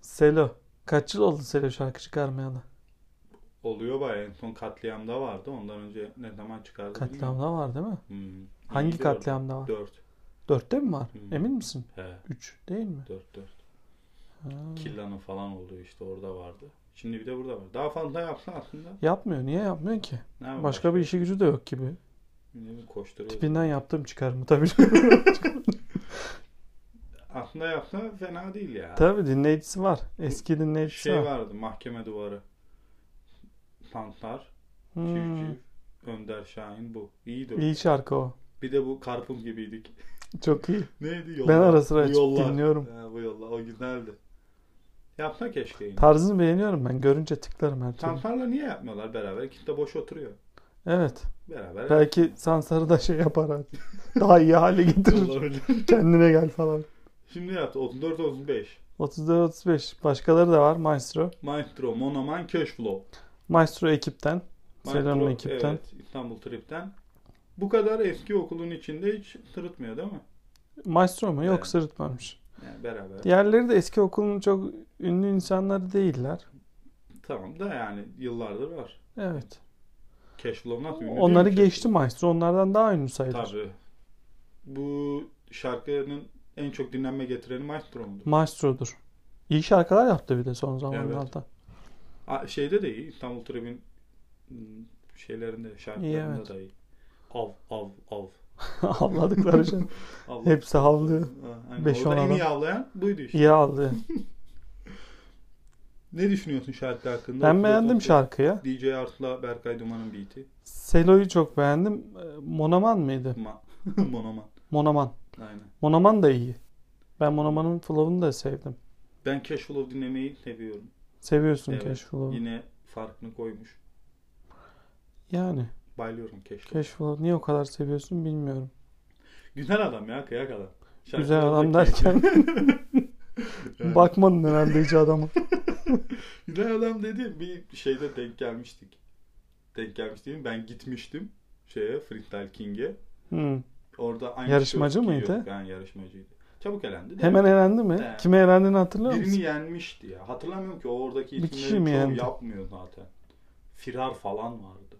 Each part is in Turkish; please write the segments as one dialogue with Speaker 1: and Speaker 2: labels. Speaker 1: Selo. Kaç yıl oldu Selo şarkı çıkarmayalı?
Speaker 2: Oluyor baya en son katliamda vardı. Ondan önce ne zaman çıkardı bilmiyorum.
Speaker 1: Katliamda var değil mi?
Speaker 2: Hmm.
Speaker 1: Hangi
Speaker 2: İyiydi orada.
Speaker 1: katliamda var?
Speaker 2: Dört.
Speaker 1: Dörtte mi var?
Speaker 2: Hı.
Speaker 1: Emin misin?
Speaker 2: He.
Speaker 1: Üç değil mi?
Speaker 2: Dört dört.
Speaker 1: Ha.
Speaker 2: Killan'ın falan olduğu işte orada vardı. Şimdi bir de burada var. Daha fazla yapsın aslında.
Speaker 1: Yapmıyor. Niye yapmıyor ki?
Speaker 2: Ne yapayım
Speaker 1: Başka bir işi gücü de yok gibi.
Speaker 2: Ne bileyim, koşturuyor.
Speaker 1: Tipinden yaptığım çıkar mı? Tabii.
Speaker 2: Aslında yapsa fena değil ya.
Speaker 1: Tabii dinleyicisi var. Eski dinleyicisi
Speaker 2: Şey
Speaker 1: var.
Speaker 2: vardı mahkeme duvarı. Pantar,
Speaker 1: Hmm.
Speaker 2: Civciv, Önder Şahin bu. İyiydi o.
Speaker 1: İyi şarkı o.
Speaker 2: Bir de bu Karpum gibiydik.
Speaker 1: Çok iyi.
Speaker 2: Neydi yollar?
Speaker 1: Ben ara sıra açıp
Speaker 2: Yollar.
Speaker 1: dinliyorum.
Speaker 2: Ha, bu yollar o güzeldi. Yapsa keşke yine.
Speaker 1: Tarzını beğeniyorum ben. Görünce tıklarım her türlü.
Speaker 2: Pantar'la niye yapmıyorlar beraber? İkisi de boş oturuyor.
Speaker 1: Evet.
Speaker 2: Beraber.
Speaker 1: Belki Sansar'ı da şey yapar artık. Daha iyi hale getirir.
Speaker 2: Olabilir.
Speaker 1: Kendine gel falan.
Speaker 2: Şimdi yaptı 34-35.
Speaker 1: 34-35. Başkaları da var. Maestro.
Speaker 2: Maestro, Monoman, Cashflow.
Speaker 1: Maestro ekipten.
Speaker 2: Maestro,
Speaker 1: Selam'ın ekipten.
Speaker 2: Evet, İstanbul Trip'ten. Bu kadar eski okulun içinde hiç sırıtmıyor değil mi?
Speaker 1: Maestro mu? Yok
Speaker 2: Evet.
Speaker 1: sırıtmamış.
Speaker 2: Yani beraber.
Speaker 1: Diğerleri de eski okulun çok ünlü insanları değiller.
Speaker 2: Tamam da yani yıllardır var.
Speaker 1: Evet.
Speaker 2: Cashflow nasıl ünlü
Speaker 1: Onları
Speaker 2: değil mi
Speaker 1: geçti Maestro. Onlardan daha ünlü sayılır.
Speaker 2: Cashflow? Tabii. Bu şarkının en çok dinlenme getireni Maestro mudur?
Speaker 1: Maestro'dur. İyi şarkılar yaptı bir de son zamanlarda.
Speaker 2: Aa, şeyde de iyi. İstanbul Trip'in ım, şeylerinde, şarkılarında
Speaker 1: evet.
Speaker 2: da iyi. Av, av, av.
Speaker 1: Avladıkları şey.
Speaker 2: av.
Speaker 1: Hepsi havlıyor.
Speaker 2: Ha, aynen.
Speaker 1: Beş,
Speaker 2: Orada
Speaker 1: on
Speaker 2: en
Speaker 1: adam.
Speaker 2: iyi avlayan buydu işte.
Speaker 1: İyi avlıyor.
Speaker 2: Ne düşünüyorsun şarkı hakkında?
Speaker 1: Ben beğendim şarkıyı.
Speaker 2: DJ Art'la Berkay Duman'ın beat'i.
Speaker 1: Selo'yu çok beğendim. Ee, Monaman mıydı?
Speaker 2: Ma Monoman.
Speaker 1: Monaman.
Speaker 2: Aynen.
Speaker 1: Monaman da iyi. Ben Monaman'ın flow'unu da sevdim.
Speaker 2: Ben Cashflow dinlemeyi seviyorum.
Speaker 1: Seviyorsun
Speaker 2: Evet.
Speaker 1: Cash Flow'u.
Speaker 2: Yine farkını koymuş.
Speaker 1: Yani
Speaker 2: Bayılıyorum Cashflow.
Speaker 1: Cash Flow niye o kadar seviyorsun bilmiyorum.
Speaker 2: Güzel adam ya kıyak adam. Şarkı
Speaker 1: Güzel adam
Speaker 2: olarak iyi.
Speaker 1: derken
Speaker 2: Yani
Speaker 1: bakmadın herhalde hiç adama.
Speaker 2: Güzel adam dedi bir şeyde denk gelmiştik. Denk gelmiş değil mi? Ben gitmiştim şeye Freestyle King'e.
Speaker 1: Hmm.
Speaker 2: Orada aynı
Speaker 1: Yarışmacı
Speaker 2: tişört
Speaker 1: mıydı?
Speaker 2: giyiyorduk. Yani yarışmacıydı. Çabuk elendi de.
Speaker 1: Hemen elendi mi?
Speaker 2: He.
Speaker 1: Kime elendiğini hatırlıyor
Speaker 2: Birini
Speaker 1: musun?
Speaker 2: yenmişti ya. Hatırlamıyorum ki o oradaki
Speaker 1: Bir
Speaker 2: isimleri
Speaker 1: kişi mi
Speaker 2: çoğu
Speaker 1: yendi?
Speaker 2: yapmıyor zaten. Firar falan vardı.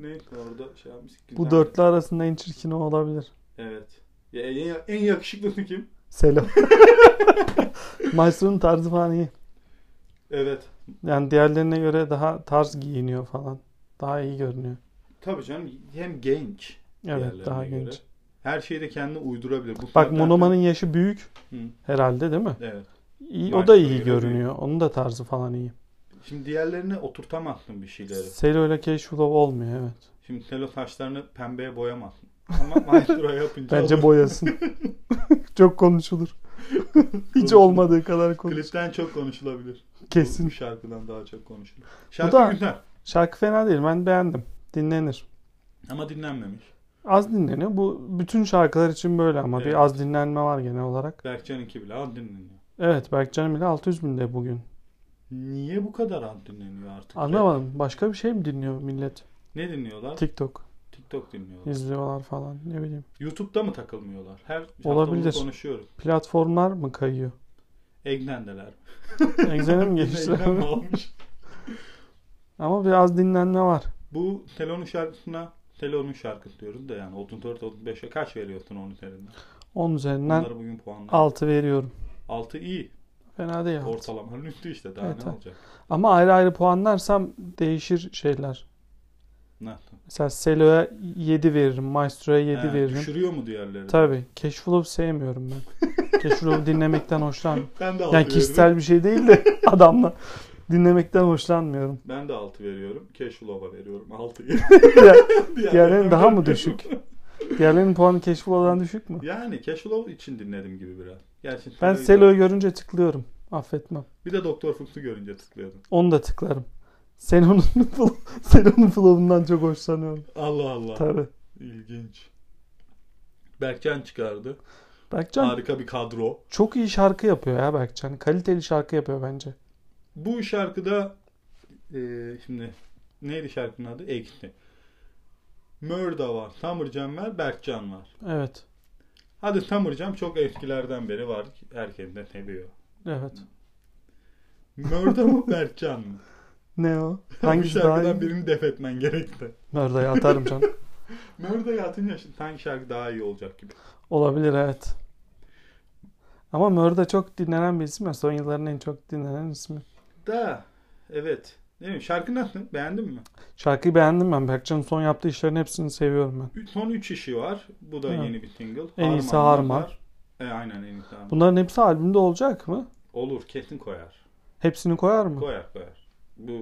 Speaker 2: Neyse orada şey yapmış.
Speaker 1: Bu
Speaker 2: güzeldi.
Speaker 1: dörtlü arasında en çirkini o olabilir.
Speaker 2: Evet. Ya, en, en yakışıklısı kim?
Speaker 1: Selo. Maestro'nun tarzı falan iyi.
Speaker 2: Evet.
Speaker 1: Yani diğerlerine göre daha tarz giyiniyor falan. Daha iyi görünüyor.
Speaker 2: Tabii canım hem genç.
Speaker 1: Evet
Speaker 2: diğerlerine
Speaker 1: daha
Speaker 2: göre.
Speaker 1: genç.
Speaker 2: Her şeyi de kendine uydurabilir. Bu
Speaker 1: Bak
Speaker 2: zaten-
Speaker 1: Monoman'ın yaşı büyük
Speaker 2: Hı,
Speaker 1: herhalde değil mi?
Speaker 2: Evet.
Speaker 1: İyi, o
Speaker 2: Maestro'ya
Speaker 1: da iyi
Speaker 2: göre
Speaker 1: görünüyor. Onun da tarzı falan iyi.
Speaker 2: Şimdi diğerlerine oturtamazsın bir şeyleri.
Speaker 1: Selo ile Cashflow olmuyor evet.
Speaker 2: Şimdi Selo saçlarını pembeye boyamazsın. Ama maestro yapınca
Speaker 1: Bence
Speaker 2: olur.
Speaker 1: boyasın. Çok konuşulur. Hiç olmadığı kadar konuş.
Speaker 2: Klipten çok konuşulabilir. Bu
Speaker 1: Kesin.
Speaker 2: şarkıdan daha çok konuşulur. Şarkı
Speaker 1: da-
Speaker 2: güzel
Speaker 1: Şarkı fena değil. Ben beğendim. Dinlenir.
Speaker 2: ama dinlenmemiş.
Speaker 1: Az dinleniyor. Bu bütün şarkılar için böyle ama
Speaker 2: Evet.
Speaker 1: bir az dinlenme var genel olarak.
Speaker 2: Berkcan'ınki bile az dinleniyor.
Speaker 1: Evet Berkcan'ın bile 600 binde bugün.
Speaker 2: Niye bu kadar az dinleniyor artık?
Speaker 1: Anlamadım. Başka bir şey mi dinliyor millet?
Speaker 2: Ne dinliyorlar?
Speaker 1: TikTok
Speaker 2: TikTok dinliyorlar.
Speaker 1: izliyorlar falan. Ne bileyim.
Speaker 2: YouTube'da mı takılmıyorlar? Her hafta
Speaker 1: Olabilir.
Speaker 2: bunu konuşuyoruz.
Speaker 1: Platformlar mı kayıyor?
Speaker 2: Egnen'deler.
Speaker 1: Egzene mi
Speaker 2: Egnen mi
Speaker 1: geçti?
Speaker 2: almış?
Speaker 1: ama biraz dinlenme var.
Speaker 2: Bu Telon'un şarkısına Telon'un şarkısı diyoruz da yani 34-35'e kaç veriyorsun onun üzerinden?
Speaker 1: 10 üzerinden
Speaker 2: Bunları bugün puanlar.
Speaker 1: 6 veriyorum. 6
Speaker 2: 6 iyi.
Speaker 1: Fena değil. altı.
Speaker 2: Ortalamanın üstü işte daha
Speaker 1: Evet,
Speaker 2: ne
Speaker 1: evet.
Speaker 2: olacak?
Speaker 1: Ama ayrı ayrı puanlarsam değişir şeyler.
Speaker 2: Nasıl?
Speaker 1: Mesela Selo'ya 7 veririm. Maestro'ya 7
Speaker 2: He,
Speaker 1: veririm.
Speaker 2: Düşürüyor mu diğerleri?
Speaker 1: Tabii. Cashflow sevmiyorum ben. Cashflow dinlemekten hoşlanmıyorum.
Speaker 2: Ben de altı
Speaker 1: Yani
Speaker 2: veriyorum.
Speaker 1: kişisel bir şey değil de adamla dinlemekten hoşlanmıyorum.
Speaker 2: Ben de 6 veriyorum. Cashflow'a veriyorum 6'yı.
Speaker 1: Diğerlerinin daha mı düşük? Diğerlerinin puanı Cashflow'dan düşük mü?
Speaker 2: Yani Cashflow için dinledim gibi biraz. Gerçekten
Speaker 1: Ben
Speaker 2: öyle.
Speaker 1: Selo'yu görünce tıklıyorum. Affetmem.
Speaker 2: Bir de Doktor Fuchs'u görünce tıklıyordum.
Speaker 1: Onu da tıklarım. Selo'nun flow- Selo'nun flow'undan çok hoşlanıyorum.
Speaker 2: Allah Allah.
Speaker 1: Tabii.
Speaker 2: İlginç. Berkcan çıkardı.
Speaker 1: Berkcan
Speaker 2: Harika bir kadro.
Speaker 1: çok iyi şarkı yapıyor ya Berkcan. Kaliteli şarkı yapıyor bence.
Speaker 2: Bu şarkıda eee, şimdi neydi şarkının adı? Ekti. Mörda var, Tamircan var, Berkcan var.
Speaker 1: Evet.
Speaker 2: Hadi Tamircan çok eskilerden beri var. Herkes de seviyor.
Speaker 1: Evet.
Speaker 2: Mörda mı Berkcan mı?
Speaker 1: Ne o?
Speaker 2: Hangi
Speaker 1: Hangisi daha iyi?
Speaker 2: şarkıdan birini def etmen gerekti.
Speaker 1: Merda'yı atarım canım.
Speaker 2: Mörda'yı atınca şi- hangi şarkı daha iyi olacak gibi.
Speaker 1: Olabilir evet. Ama Mörda çok dinlenen bir isim ya. Son yılların en çok dinlenen ismi.
Speaker 2: Da evet. Ne bileyim şarkı nasıl? Beğendin mi?
Speaker 1: Şarkıyı beğendim ben. Berkcan'ın son yaptığı işlerin hepsini seviyorum ben.
Speaker 2: Ü- Son 3 işi var. Bu da
Speaker 1: Ha.
Speaker 2: yeni bir single.
Speaker 1: En iyisi
Speaker 2: Harmanlar
Speaker 1: Harman.
Speaker 2: var. E, aynen en iyisi Harman.
Speaker 1: Bunların hepsi albümde olacak mı?
Speaker 2: Olur kesin koyar.
Speaker 1: Hepsini koyar mı?
Speaker 2: Koyar koyar. Bu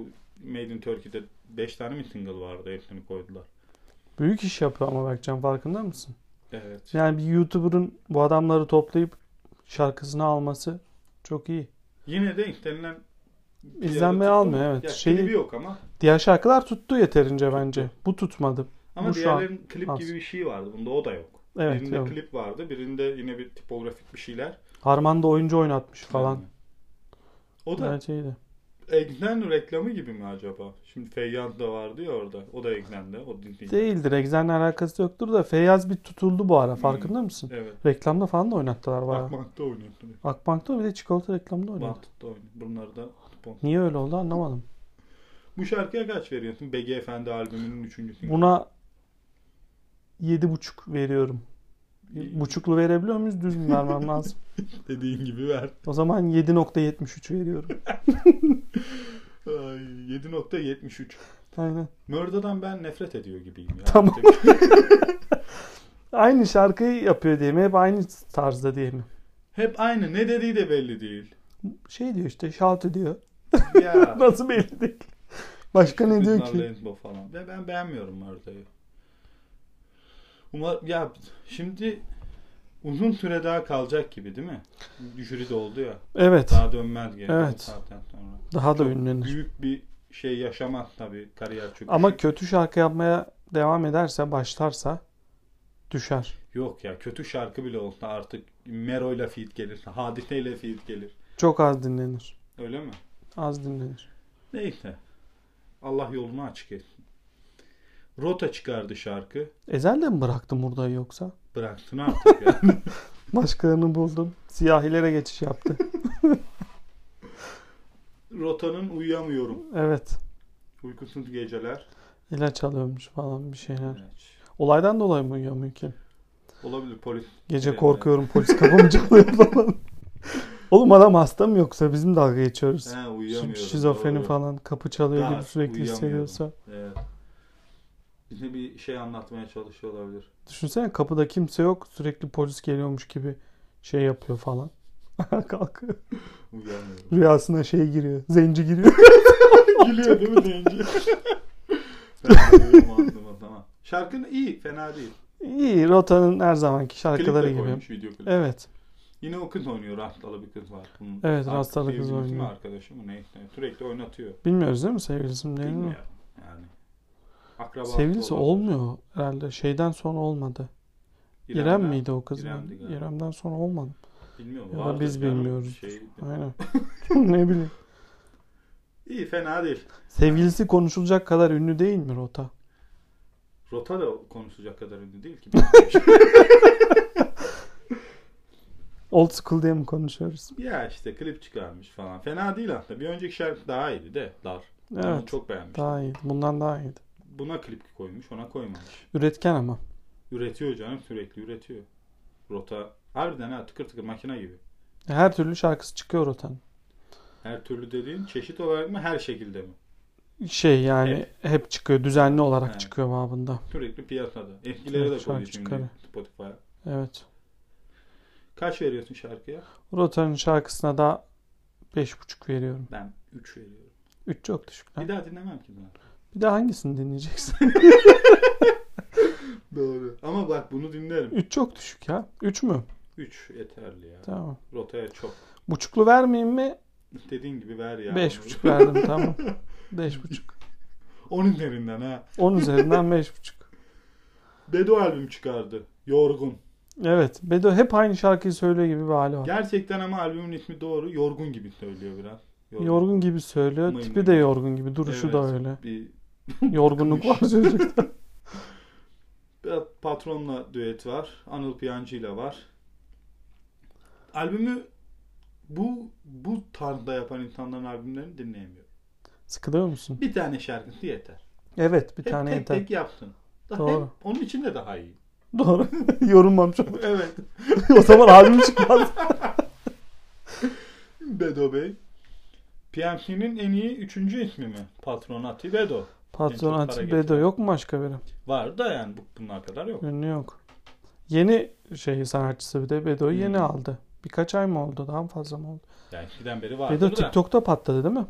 Speaker 2: Made in Turkey'de 5 tane mi single vardı? Hepsini koydular.
Speaker 1: Büyük iş yapıyor ama Berkcan farkında mısın?
Speaker 2: Evet.
Speaker 1: Yani bir YouTuber'ın bu adamları toplayıp şarkısını alması çok iyi.
Speaker 2: Yine de istenilen bir
Speaker 1: İzlenme
Speaker 2: yerde tuttu
Speaker 1: almıyor,
Speaker 2: mu?
Speaker 1: evet.
Speaker 2: Ya,
Speaker 1: Şeyi-
Speaker 2: klibi yok ama.
Speaker 1: Diğer şarkılar tuttu yeterince bence. Bu tutmadı.
Speaker 2: Ama
Speaker 1: Bu şu an
Speaker 2: diğerlerin klip
Speaker 1: az.
Speaker 2: gibi bir şey vardı. Bunda o da yok.
Speaker 1: Evet,
Speaker 2: birinde
Speaker 1: yok.
Speaker 2: klip vardı. Birinde yine bir tipografik bir şeyler.
Speaker 1: Harman da oyuncu oynatmış falan.
Speaker 2: Yani. O da
Speaker 1: Evet iyiydi.
Speaker 2: Egnen reklamı gibi mi acaba? Şimdi Feyyaz da vardı ya orada. O da Egnen'de. O din- din-
Speaker 1: Değildir. Exen'le alakası yoktur da Feyyaz bir tutuldu bu ara. Farkında mısın?
Speaker 2: Evet.
Speaker 1: Reklamda falan da oynattılar bayağı.
Speaker 2: Akbank'ta oynuyordu.
Speaker 1: Akbank'ta bir de çikolata reklamda oynadı.
Speaker 2: Bahtut'ta oynuyor. Bunlar da futbol.
Speaker 1: Niye öyle oldu anlamadım.
Speaker 2: Bu şarkıya kaç veriyorsun? BG Efendi albümünün üçüncüsü.
Speaker 1: Buna 7,5 veriyorum. Buçuklu verebiliyor muyuz? Düz mü vermem lazım?
Speaker 2: Dediğin gibi ver.
Speaker 1: O zaman 7.73 veriyorum.
Speaker 2: Ay, 7.73.
Speaker 1: Aynen.
Speaker 2: Mörda'dan ben nefret ediyor gibiyim. Ya.
Speaker 1: Tamam.
Speaker 2: Artık
Speaker 1: Aynı şarkıyı yapıyor diye mi? Hep aynı tarzda diye mi?
Speaker 2: Hep aynı. Ne dediği de belli değil.
Speaker 1: Şey diyor işte shout ediyor.
Speaker 2: Ya.
Speaker 1: Nasıl belli değil. Başka ne diyor
Speaker 2: Bütün
Speaker 1: ki?
Speaker 2: Rainbow falan. Ve ben beğenmiyorum Marda'yı. Umar ya şimdi uzun süre daha kalacak gibi değil mi? Jüri de oldu ya.
Speaker 1: Evet.
Speaker 2: Daha dönmez geri.
Speaker 1: Evet.
Speaker 2: Zaten sonra.
Speaker 1: Daha da ünlenir.
Speaker 2: Büyük bir şey yaşamaz tabii kariyer çünkü.
Speaker 1: Ama kötü şarkı yapmaya devam ederse, başlarsa düşer.
Speaker 2: yok ya kötü şarkı bile olsa artık Mero ile feat gelir. Hadise ile feat gelir.
Speaker 1: Çok az dinlenir.
Speaker 2: Öyle mi?
Speaker 1: Az dinlenir.
Speaker 2: Neyse. Allah yolunu açık etsin. Rota çıkardı şarkı.
Speaker 1: Ezel de mi bıraktı Murda'yı yoksa?
Speaker 2: Bıraktın artık ya.
Speaker 1: Başkalarını buldum. Siyahilere geçiş yaptı.
Speaker 2: Rota'nın uyuyamıyorum.
Speaker 1: evet.
Speaker 2: Uykusuz geceler.
Speaker 1: İlaç alıyormuş falan bir şeyler.
Speaker 2: Evet.
Speaker 1: Olaydan dolayı mı uyuyor mümkün?
Speaker 2: Olabilir polis.
Speaker 1: Gece
Speaker 2: Ee, Evet.
Speaker 1: korkuyorum polis kafamı çalıyor falan. Oğlum adam hasta mı yoksa bizim dalga geçiyoruz.
Speaker 2: He
Speaker 1: Şi-
Speaker 2: uyuyamıyorum.
Speaker 1: Şizofreni
Speaker 2: doğru.
Speaker 1: falan kapı çalıyor
Speaker 2: Daha
Speaker 1: gibi sürekli
Speaker 2: uyuyamıyorum.
Speaker 1: hissediyorsa.
Speaker 2: Evet. Bize bir şey anlatmaya çalışıyor olabilir.
Speaker 1: Düşünsene kapıda kimse yok sürekli polis geliyormuş gibi şey yapıyor falan. Kalkıyor.
Speaker 2: Uyuyamıyorum.
Speaker 1: Rüyasına şey giriyor. Zenci giriyor.
Speaker 2: Gülüyor değil mi deyince? ben de uyuyamadım o zaman. Şarkın iyi, fena değil.
Speaker 1: İyi Rota'nın her zamanki
Speaker 2: Klip
Speaker 1: şarkıları
Speaker 2: de
Speaker 1: gibi.
Speaker 2: koymuş video klibi.
Speaker 1: Evet.
Speaker 2: Yine o kız oynuyor, rastlalı bir kız var. Bunun
Speaker 1: Evet,
Speaker 2: artık
Speaker 1: rastlalı kız
Speaker 2: sevgilisi mi,
Speaker 1: oynuyor.
Speaker 2: arkadaşı mı neyse sürekli oynatıyor.
Speaker 1: Bilmiyoruz değil mi sevgilisi mi değil mi?
Speaker 2: Bilmiyorum yani. Akraba
Speaker 1: Sevgilisi olmuyor herhalde. Şeyden sonra olmadı. İrem, miydi o kız?
Speaker 2: İrem'di galiba.
Speaker 1: İrem'den sonra olmadı.
Speaker 2: Bilmiyorum.
Speaker 1: Ya da
Speaker 2: vardır
Speaker 1: biz
Speaker 2: canım,
Speaker 1: bilmiyoruz.
Speaker 2: Şey,
Speaker 1: Aynen. ne bileyim.
Speaker 2: İyi fena değil.
Speaker 1: Sevgilisi konuşulacak kadar ünlü değil mi Rota?
Speaker 2: Rota da konuşacak kadar ünlü değil ki.
Speaker 1: Old school diye mi konuşuyoruz?
Speaker 2: ya işte klip çıkarmış falan. Fena değil aslında. Bir önceki şarkı daha iyiydi de dar. Ben onu
Speaker 1: Evet.
Speaker 2: çok beğenmiştim.
Speaker 1: Daha iyi. Bundan daha iyiydi.
Speaker 2: Buna klip koymuş ona koymamış.
Speaker 1: Üretken ama.
Speaker 2: Üretiyor canım sürekli üretiyor. Rota harbiden ha tıkır tıkır makine gibi.
Speaker 1: Her türlü şarkısı çıkıyor Rota'nın.
Speaker 2: Her türlü dediğin çeşit olarak mı her şekilde mi?
Speaker 1: Şey yani
Speaker 2: Evet.
Speaker 1: hep çıkıyor. Düzenli olarak
Speaker 2: Evet.
Speaker 1: çıkıyor babında.
Speaker 2: Sürekli piyasada. Eskileri de
Speaker 1: Şarkı
Speaker 2: koyuyor
Speaker 1: çıkarıyor.
Speaker 2: şimdi Spotify'a.
Speaker 1: Evet.
Speaker 2: Kaç veriyorsun şarkıya?
Speaker 1: Rota'nın şarkısına da 5.5 veriyorum.
Speaker 2: Ben 3 veriyorum.
Speaker 1: 3 çok düşük. lan.
Speaker 2: Bir daha dinlemem ki ben.
Speaker 1: Bir de hangisini dinleyeceksin?
Speaker 2: Doğru. Ama bak bunu dinlerim.
Speaker 1: 3 çok düşük ya. 3 mü?
Speaker 2: 3 yeterli ya.
Speaker 1: Tamam.
Speaker 2: Rotaya çok.
Speaker 1: Buçuklu vermeyeyim mi?
Speaker 2: Dediğin gibi ver ya.
Speaker 1: 5.5 verdim tamam. 5.5.
Speaker 2: Onun üzerinden ha.
Speaker 1: 10 üzerinden 5.5.
Speaker 2: Bedo albüm çıkardı. Yorgun.
Speaker 1: Evet. Bedo hep aynı şarkıyı söylüyor gibi bir hali var.
Speaker 2: Gerçekten ama albümün ismi doğru. Yorgun gibi söylüyor biraz.
Speaker 1: Yorgun gibi söylüyor.
Speaker 2: Mıy
Speaker 1: Tipi
Speaker 2: mıy.
Speaker 1: de yorgun gibi. Duruşu da
Speaker 2: Evet.
Speaker 1: öyle.
Speaker 2: Bir,
Speaker 1: Yorgunluk var çocukta.
Speaker 2: biraz patronla düet var. Anıl Piyancı'yla var. Albümü bu bu tarzda yapan insanların albümlerini dinleyemiyorum.
Speaker 1: Sıkılıyor musun?
Speaker 2: Bir tane şarkısı yeter.
Speaker 1: Evet bir
Speaker 2: Hep
Speaker 1: tane
Speaker 2: tek
Speaker 1: yeter.
Speaker 2: tek yapsın. Daha
Speaker 1: Doğru.
Speaker 2: hem onun için de daha iyi.
Speaker 1: Doğru. Yorulmamış olur.
Speaker 2: Evet.
Speaker 1: o zaman albüm çıkmaz.
Speaker 2: Bedo Bey. PMC'nin en iyi üçüncü ismi mi? Patronati Bedo.
Speaker 1: Patron
Speaker 2: Gençlik para
Speaker 1: Atilla Bedo
Speaker 2: getiren.
Speaker 1: yok mu başka biri?
Speaker 2: Var da yani bu, bunlar kadar yok.
Speaker 1: Ünlü yok. Yeni şey sanatçısı bir de Bedo'yu yeni
Speaker 2: Hmm.
Speaker 1: aldı. Birkaç ay mı oldu? Daha mı fazla mı oldu?
Speaker 2: Yani eskiden beri vardı
Speaker 1: Bedo
Speaker 2: da.
Speaker 1: TikTok'ta patladı değil mi?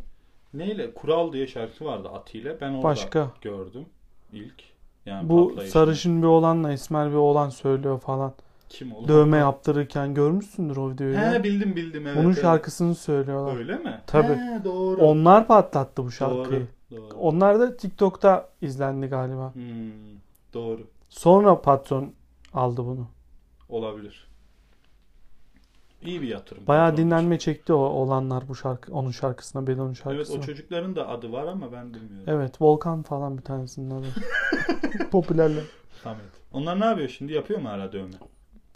Speaker 2: Neyle? Kural diye şarkısı vardı Ati'yle. Ben orada
Speaker 1: Başka.
Speaker 2: gördüm ilk. Yani
Speaker 1: Bu
Speaker 2: patlayışı.
Speaker 1: sarışın bir oğlanla esmer bir oğlan söylüyor falan.
Speaker 2: kim olur?
Speaker 1: Dövme yaptırırken görmüşsündür o videoyu. ya.
Speaker 2: He bildim bildim evet.
Speaker 1: Onun
Speaker 2: evet.
Speaker 1: şarkısını söylüyorlar.
Speaker 2: Öyle mi?
Speaker 1: Tabii.
Speaker 2: He, doğru.
Speaker 1: Onlar patlattı bu şarkıyı.
Speaker 2: Doğru. Doğru.
Speaker 1: Onlar da TikTok'ta izlendi galiba.
Speaker 2: Hmm, doğru.
Speaker 1: Sonra patron aldı bunu.
Speaker 2: Olabilir. İyi bir yatırım.
Speaker 1: Bayağı
Speaker 2: patron için.
Speaker 1: dinlenme çekti o olanlar bu şarkı onun şarkısına, Bedo'nun
Speaker 2: Evet
Speaker 1: şarkısına.
Speaker 2: o çocukların da adı var ama ben bilmiyorum.
Speaker 1: Evet, Volkan falan bir tanesinin adı. Popülerler.
Speaker 2: Samet. Onlar ne yapıyor şimdi? Yapıyor mu hala dövme?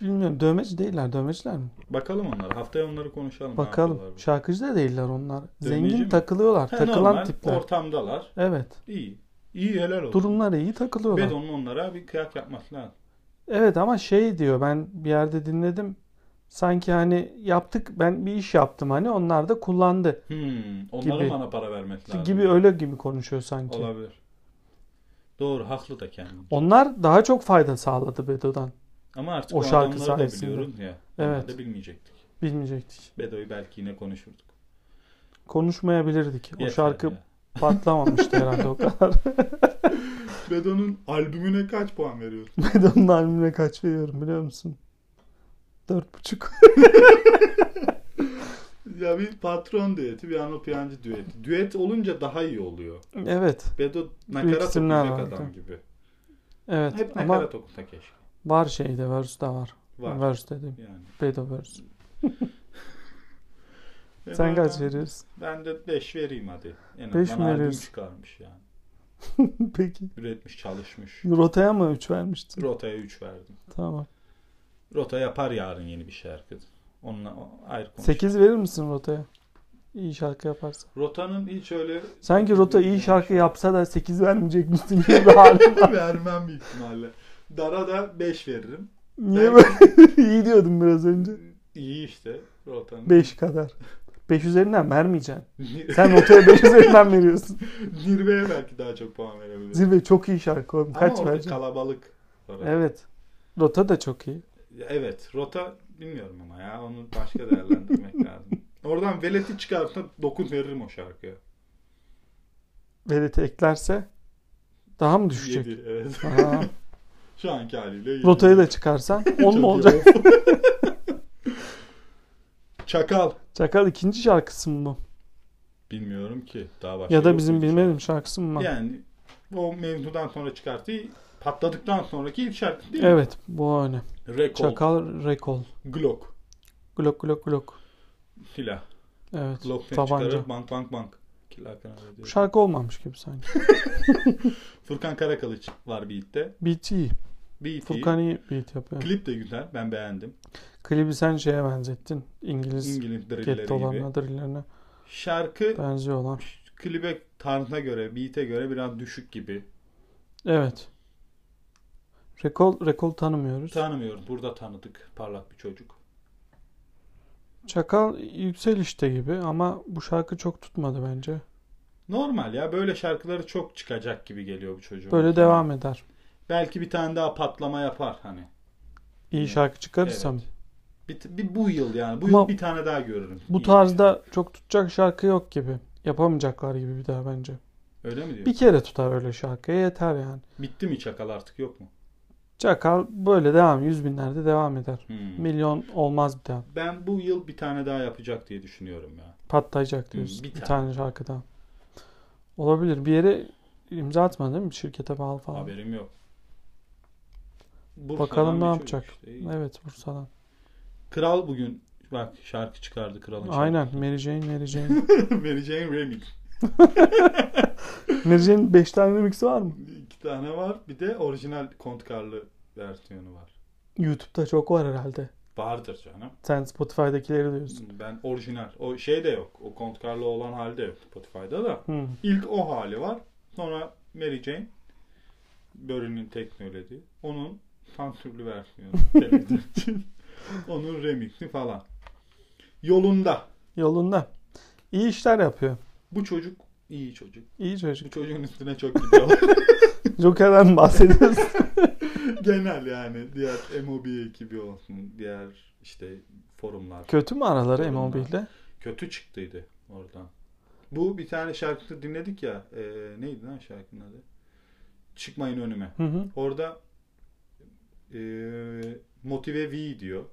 Speaker 1: Bilmiyorum dövmeci değiller, dövmeciler mi?
Speaker 2: Bakalım onlara. Haftaya onları konuşalım. ne yapıyorlar
Speaker 1: Bakalım.
Speaker 2: bu.
Speaker 1: Şarkıcı da değiller onlar.
Speaker 2: Dövmeci
Speaker 1: Zengin
Speaker 2: mi?
Speaker 1: takılıyorlar,
Speaker 2: He,
Speaker 1: takılan
Speaker 2: normal,
Speaker 1: tipler.
Speaker 2: Ortamdalar.
Speaker 1: Evet.
Speaker 2: İyi. İyi helal olsun.
Speaker 1: Durumlar iyi takılıyorlar.
Speaker 2: Bedon'un onlara bir kıyak yapması lazım.
Speaker 1: Evet ama şey diyor ben bir yerde dinledim. Sanki hani yaptık ben bir iş yaptım hani onlar da kullandı
Speaker 2: Hmm, onlara
Speaker 1: Gibi.
Speaker 2: bana para vermek lazım.
Speaker 1: gibi öyle şey. gibi konuşuyor sanki.
Speaker 2: Olabilir. Doğru haklı da kendince.
Speaker 1: Onlar daha çok fayda sağladı Bedo'dan.
Speaker 2: Ama artık
Speaker 1: O
Speaker 2: o,
Speaker 1: şarkı
Speaker 2: adamları
Speaker 1: sayesinde.
Speaker 2: da biliyoruz ya.
Speaker 1: Evet.
Speaker 2: Onları da bilmeyecektik.
Speaker 1: Bilmeyecektik.
Speaker 2: Bedo'yu belki yine konuşurduk.
Speaker 1: Konuşmayabilirdik. O
Speaker 2: Yeter
Speaker 1: şarkı
Speaker 2: ya.
Speaker 1: patlamamıştı herhalde o kadar.
Speaker 2: Bedo'nun albümüne kaç puan veriyorsun?
Speaker 1: Bedo'nun albümüne kaç veriyorum biliyor musun? Dört buçuk.
Speaker 2: ya bir patron düeti, bir Anıl Piyancı düeti. Düet olunca daha iyi oluyor.
Speaker 1: Evet.
Speaker 2: Bedo
Speaker 1: Büyük
Speaker 2: nakarat
Speaker 1: isimler
Speaker 2: okuyacak
Speaker 1: var,
Speaker 2: adam
Speaker 1: evet.
Speaker 2: gibi.
Speaker 1: Evet
Speaker 2: Hep
Speaker 1: ama
Speaker 2: nakarat okusa keşke.
Speaker 1: var şeyde verse de var.
Speaker 2: Var.
Speaker 1: Verse dedim.
Speaker 2: Yani.
Speaker 1: Bedo verse.
Speaker 2: Ben-
Speaker 1: Sen kaç veriyorsun?
Speaker 2: Ben de 5 vereyim hadi. En
Speaker 1: Beş
Speaker 2: azından
Speaker 1: mi
Speaker 2: albüm
Speaker 1: veriyorsun?
Speaker 2: çıkarmış yani.
Speaker 1: Peki.
Speaker 2: Üretmiş, çalışmış.
Speaker 1: Rota'ya mı üç vermiştin?
Speaker 2: Rota'ya 3 verdim.
Speaker 1: Tamam.
Speaker 2: Rota yapar yarın yeni bir şarkı. Onunla o- ayrı konuş.
Speaker 1: 8 verir misin Rota'ya? İyi şarkı yaparsa.
Speaker 2: Rota'nın hiç öyle
Speaker 1: Sanki Rota iyi şarkı yapsa da 8 vermeyecek misin gibi bir hali.
Speaker 2: vermem büyük ihtimalle. Dara da 5 veririm.
Speaker 1: Niye böyle? iyi diyordum biraz önce.
Speaker 2: İyi işte Rota'nın.
Speaker 1: 5 kadar. 5 üzerinden vermeyeceksin. Sen Rota'ya 5 üzerinden veriyorsun.
Speaker 2: Zirveye belki daha çok puan verebilirim.
Speaker 1: Zirve çok iyi şarkı oğlum.
Speaker 2: Ama
Speaker 1: Kaç
Speaker 2: orada
Speaker 1: vereceksin?
Speaker 2: kalabalık. var.
Speaker 1: Evet. Rota da çok iyi.
Speaker 2: Evet. Rota bilmiyorum ama ya. Onu başka değerlendirmek lazım. Oradan veleti çıkartıp 9 veririm o şarkıya.
Speaker 1: Velet'i eklerse daha mı düşecek?
Speaker 2: 7 evet.
Speaker 1: Aha.
Speaker 2: Şu anki haliyle yedi.
Speaker 1: Rota'ya da çıkarsan 10
Speaker 2: Çok iyi
Speaker 1: mu olacak?
Speaker 2: olsun. Çakal.
Speaker 1: Çakal ikinci şarkısı mı bu?
Speaker 2: Bilmiyorum ki. Daha başka
Speaker 1: Ya da
Speaker 2: yok
Speaker 1: bizim
Speaker 2: muydu şu
Speaker 1: bilmediğim şarkısı mı?
Speaker 2: an?
Speaker 1: var?
Speaker 2: Yani o mevzudan sonra çıkarttığı patladıktan sonraki ilk şarkı değil mi?
Speaker 1: Evet bu öyle.
Speaker 2: Rekol.
Speaker 1: Çakal Rekol.
Speaker 2: Glock.
Speaker 1: Glock glock glock.
Speaker 2: Silah.
Speaker 1: Evet.
Speaker 2: Glock ne
Speaker 1: Tabanca.
Speaker 2: çıkarır? Bank bank bank. Killa Hakan öyle diyor.
Speaker 1: Bu şarkı olmamış gibi sanki.
Speaker 2: Furkan Karakılıç var beat'te.
Speaker 1: Beat iyi.
Speaker 2: Beat
Speaker 1: Furkan iyi beat yapıyor.
Speaker 2: Klip de güzel. Ben beğendim.
Speaker 1: Klibi sen şeye benzettin. İngiliz
Speaker 2: İngiliz
Speaker 1: get
Speaker 2: drilleri gibi.
Speaker 1: dolanma drillerine
Speaker 2: Şarkı
Speaker 1: benziyorlar.
Speaker 2: klibe tarzına göre, beat'e göre biraz düşük gibi.
Speaker 1: Evet. Rekol, rekol tanımıyoruz.
Speaker 2: Tanımıyoruz. Burada tanıdık. Parlak bir çocuk.
Speaker 1: Çakal yükselişte gibi ama bu şarkı çok tutmadı bence.
Speaker 2: Normal ya. Böyle şarkıları çok çıkacak gibi geliyor bu çocuğun.
Speaker 1: Böyle devam eder.
Speaker 2: Belki bir tane daha patlama yapar hani.
Speaker 1: İyi
Speaker 2: Evet.
Speaker 1: şarkı çıkarırsam.
Speaker 2: Evet. Bir, bir bu yıl yani. Bu
Speaker 1: Ama
Speaker 2: yıl bir tane daha görürüm.
Speaker 1: Bu
Speaker 2: İyi
Speaker 1: tarzda çok tutacak şarkı yok gibi. Yapamayacaklar gibi bir daha bence.
Speaker 2: yani. Öyle mi diyor?
Speaker 1: Bir kere tutar öyle şarkı yeter yani.
Speaker 2: Bitti mi çakal artık yok mu?
Speaker 1: Çakal böyle devam yüz binlerde devam eder.
Speaker 2: Hmm.
Speaker 1: Milyon olmaz bir daha.
Speaker 2: Ben bu yıl bir tane daha yapacak diye düşünüyorum ya.
Speaker 1: Patlayacak
Speaker 2: Hmm,
Speaker 1: diyorsun.
Speaker 2: bir
Speaker 1: bir,
Speaker 2: tane.
Speaker 1: tane şarkı daha. Olabilir. Bir yere imza atma değil mi? Şirkete bağlı falan.
Speaker 2: Haberim yok. Bursa'dan
Speaker 1: Bakalım ne
Speaker 2: bir çocuk
Speaker 1: yapacak.
Speaker 2: işte. İyi.
Speaker 1: Evet Bursa'dan.
Speaker 2: Kral bugün bak şarkı çıkardı Kral'ın
Speaker 1: Aynen. Mary Jane, Mary Jane.
Speaker 2: şarkısı. Mary Jane Remix.
Speaker 1: Mary Jane'in 5 tane remix'i var mı?
Speaker 2: İki tane var. Bir de orijinal Kontkarlı versiyonu var.
Speaker 1: YouTube'da çok var herhalde.
Speaker 2: Vardır canım.
Speaker 1: Sen Spotify'dakileri diyorsun.
Speaker 2: Ben orijinal. O şey de yok. O Kont Carlo olan halde yok Spotify'da da.
Speaker 1: Hı.
Speaker 2: İlk o hali var. Sonra Mary Jane Börü'nün teknoloji. Onun sansürlü versiyonu. Televizyon için. Onun remixi falan. Yolunda.
Speaker 1: Yolunda. İyi işler yapıyor.
Speaker 2: Bu çocuk iyi çocuk.
Speaker 1: İyi
Speaker 2: Bu
Speaker 1: çocuk.
Speaker 2: çocuğun üstüne çok gidiyorlar.
Speaker 1: Joker'den bahsediyoruz.
Speaker 2: Genel yani. Diğer MOB ekibi olsun. Diğer işte forumlar.
Speaker 1: Kötü mü araları
Speaker 2: Yolunda.
Speaker 1: Immobile?
Speaker 2: Kötü çıktıydı oradan. Bu bir tane şarkı dinledik ya. e, neydi lan şarkının adı? Çıkmayın önüme.
Speaker 1: Hı hı.
Speaker 2: Orada e, Motive V diyor.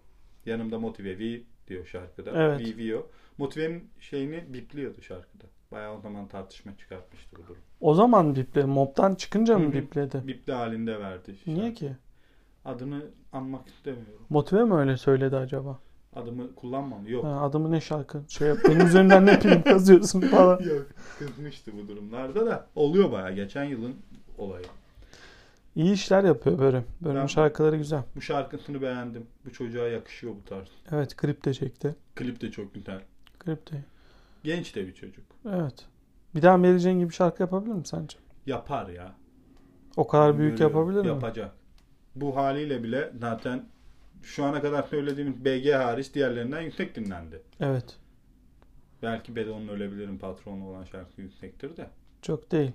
Speaker 2: Yanımda Motive V diyor şarkıda.
Speaker 1: Evet.
Speaker 2: V V o. Motive'nin şeyini bipliyordu şarkıda. Bayağı o zaman tartışma çıkartmıştı bu durum.
Speaker 1: O zaman biple, mob'dan çıkınca
Speaker 2: Hı şey
Speaker 1: mı
Speaker 2: hı.
Speaker 1: bipledi?
Speaker 2: Bipli halinde verdi. şarkı.
Speaker 1: Niye ki?
Speaker 2: Adını anmak istemiyorum.
Speaker 1: Motive mi öyle söyledi acaba?
Speaker 2: Adımı kullanmam. Yok.
Speaker 1: Ha, adımı ne şarkı? Şey yap, benim üzerimden ne film yazıyorsun falan.
Speaker 2: Yok. Kızmıştı bu durumlarda da. Oluyor bayağı. Geçen yılın olayı.
Speaker 1: İyi işler yapıyor böyle. Bölüm
Speaker 2: Ben-
Speaker 1: şarkıları güzel.
Speaker 2: Bu şarkısını beğendim. Bu çocuğa yakışıyor bu tarz.
Speaker 1: Evet klip de çekti.
Speaker 2: Klip de çok güzel.
Speaker 1: Klip de.
Speaker 2: Genç de bir çocuk.
Speaker 1: Evet. Bir daha Mary Jane gibi şarkı yapabilir mi sence?
Speaker 2: Yapar ya.
Speaker 1: O kadar büyük
Speaker 2: Görüyorum.
Speaker 1: yapabilir mi?
Speaker 2: Ee, Yapacak. Bu haliyle bile zaten şu ana kadar söylediğimiz BG hariç diğerlerinden yüksek dinlendi.
Speaker 1: Evet.
Speaker 2: Belki Bedon'un Ölebilirim patronu olan şarkı yüksektir de.
Speaker 1: Çok değil.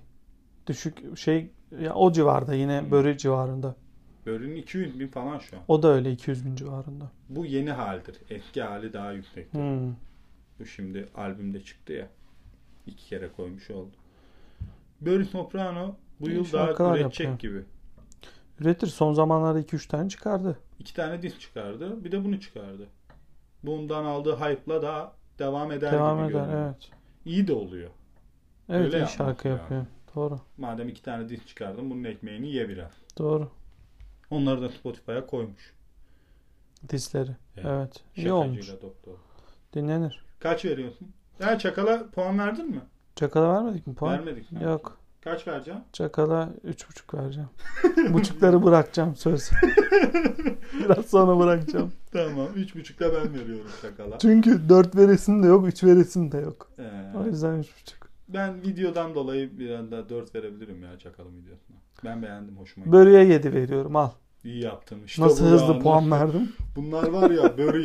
Speaker 1: Düşük şey ya o civarda yine
Speaker 2: Hmm.
Speaker 1: böyle civarında.
Speaker 2: Bölümün 200 bin falan şu an.
Speaker 1: O da öyle 200 bin civarında.
Speaker 2: Bu yeni haldir. Eski hali daha yüksektir.
Speaker 1: Hmm.
Speaker 2: Bu şimdi albümde çıktı ya. İki kere koymuş oldu. Börü Soprano bu
Speaker 1: İyi
Speaker 2: yıl daha
Speaker 1: şarkılar
Speaker 2: üretecek
Speaker 1: yapıyor.
Speaker 2: gibi.
Speaker 1: Üretir. Son zamanlarda 2-3 tane çıkardı.
Speaker 2: İki tane disk çıkardı. Bir de bunu çıkardı. Bundan aldığı hype'la daha devam eder
Speaker 1: Devam
Speaker 2: gibi
Speaker 1: eder.
Speaker 2: görünüyor.
Speaker 1: Evet.
Speaker 2: İyi de oluyor.
Speaker 1: Evet
Speaker 2: Öyle
Speaker 1: iyi
Speaker 2: yapması
Speaker 1: şarkı
Speaker 2: lazım.
Speaker 1: yapıyor. Doğru.
Speaker 2: Madem iki tane disk çıkardın bunun ekmeğini ye biraz.
Speaker 1: Doğru.
Speaker 2: Onları da Spotify'a koymuş.
Speaker 1: Disleri.
Speaker 2: Evet.
Speaker 1: Evet. İyi olmuş.
Speaker 2: Şakacıyla doktor.
Speaker 1: Dinlenir.
Speaker 2: Kaç veriyorsun? Ya çakala puan verdin mi?
Speaker 1: Çakala vermedik mi puan?
Speaker 2: Vermedik. mi?
Speaker 1: Yok.
Speaker 2: Kaç vereceğim?
Speaker 1: Çakala 3,5 vereceğim. Buçukları bırakacağım söz. Biraz sonra bırakacağım.
Speaker 2: Tamam. Üç buçukta ben veriyorum çakala.
Speaker 1: Çünkü 4 veresim de yok, 3 veresim de yok.
Speaker 2: Ee,
Speaker 1: O yüzden 3,5.
Speaker 2: ben videodan dolayı bir anda dört verebilirim ya çakalın videosuna. Ben beğendim hoşuma gitti.
Speaker 1: Börüye 7 veriyorum al.
Speaker 2: İyi yaptım. İşte
Speaker 1: Nasıl
Speaker 2: bu
Speaker 1: hızlı
Speaker 2: ya.
Speaker 1: puan verdim.
Speaker 2: Bunlar var ya börü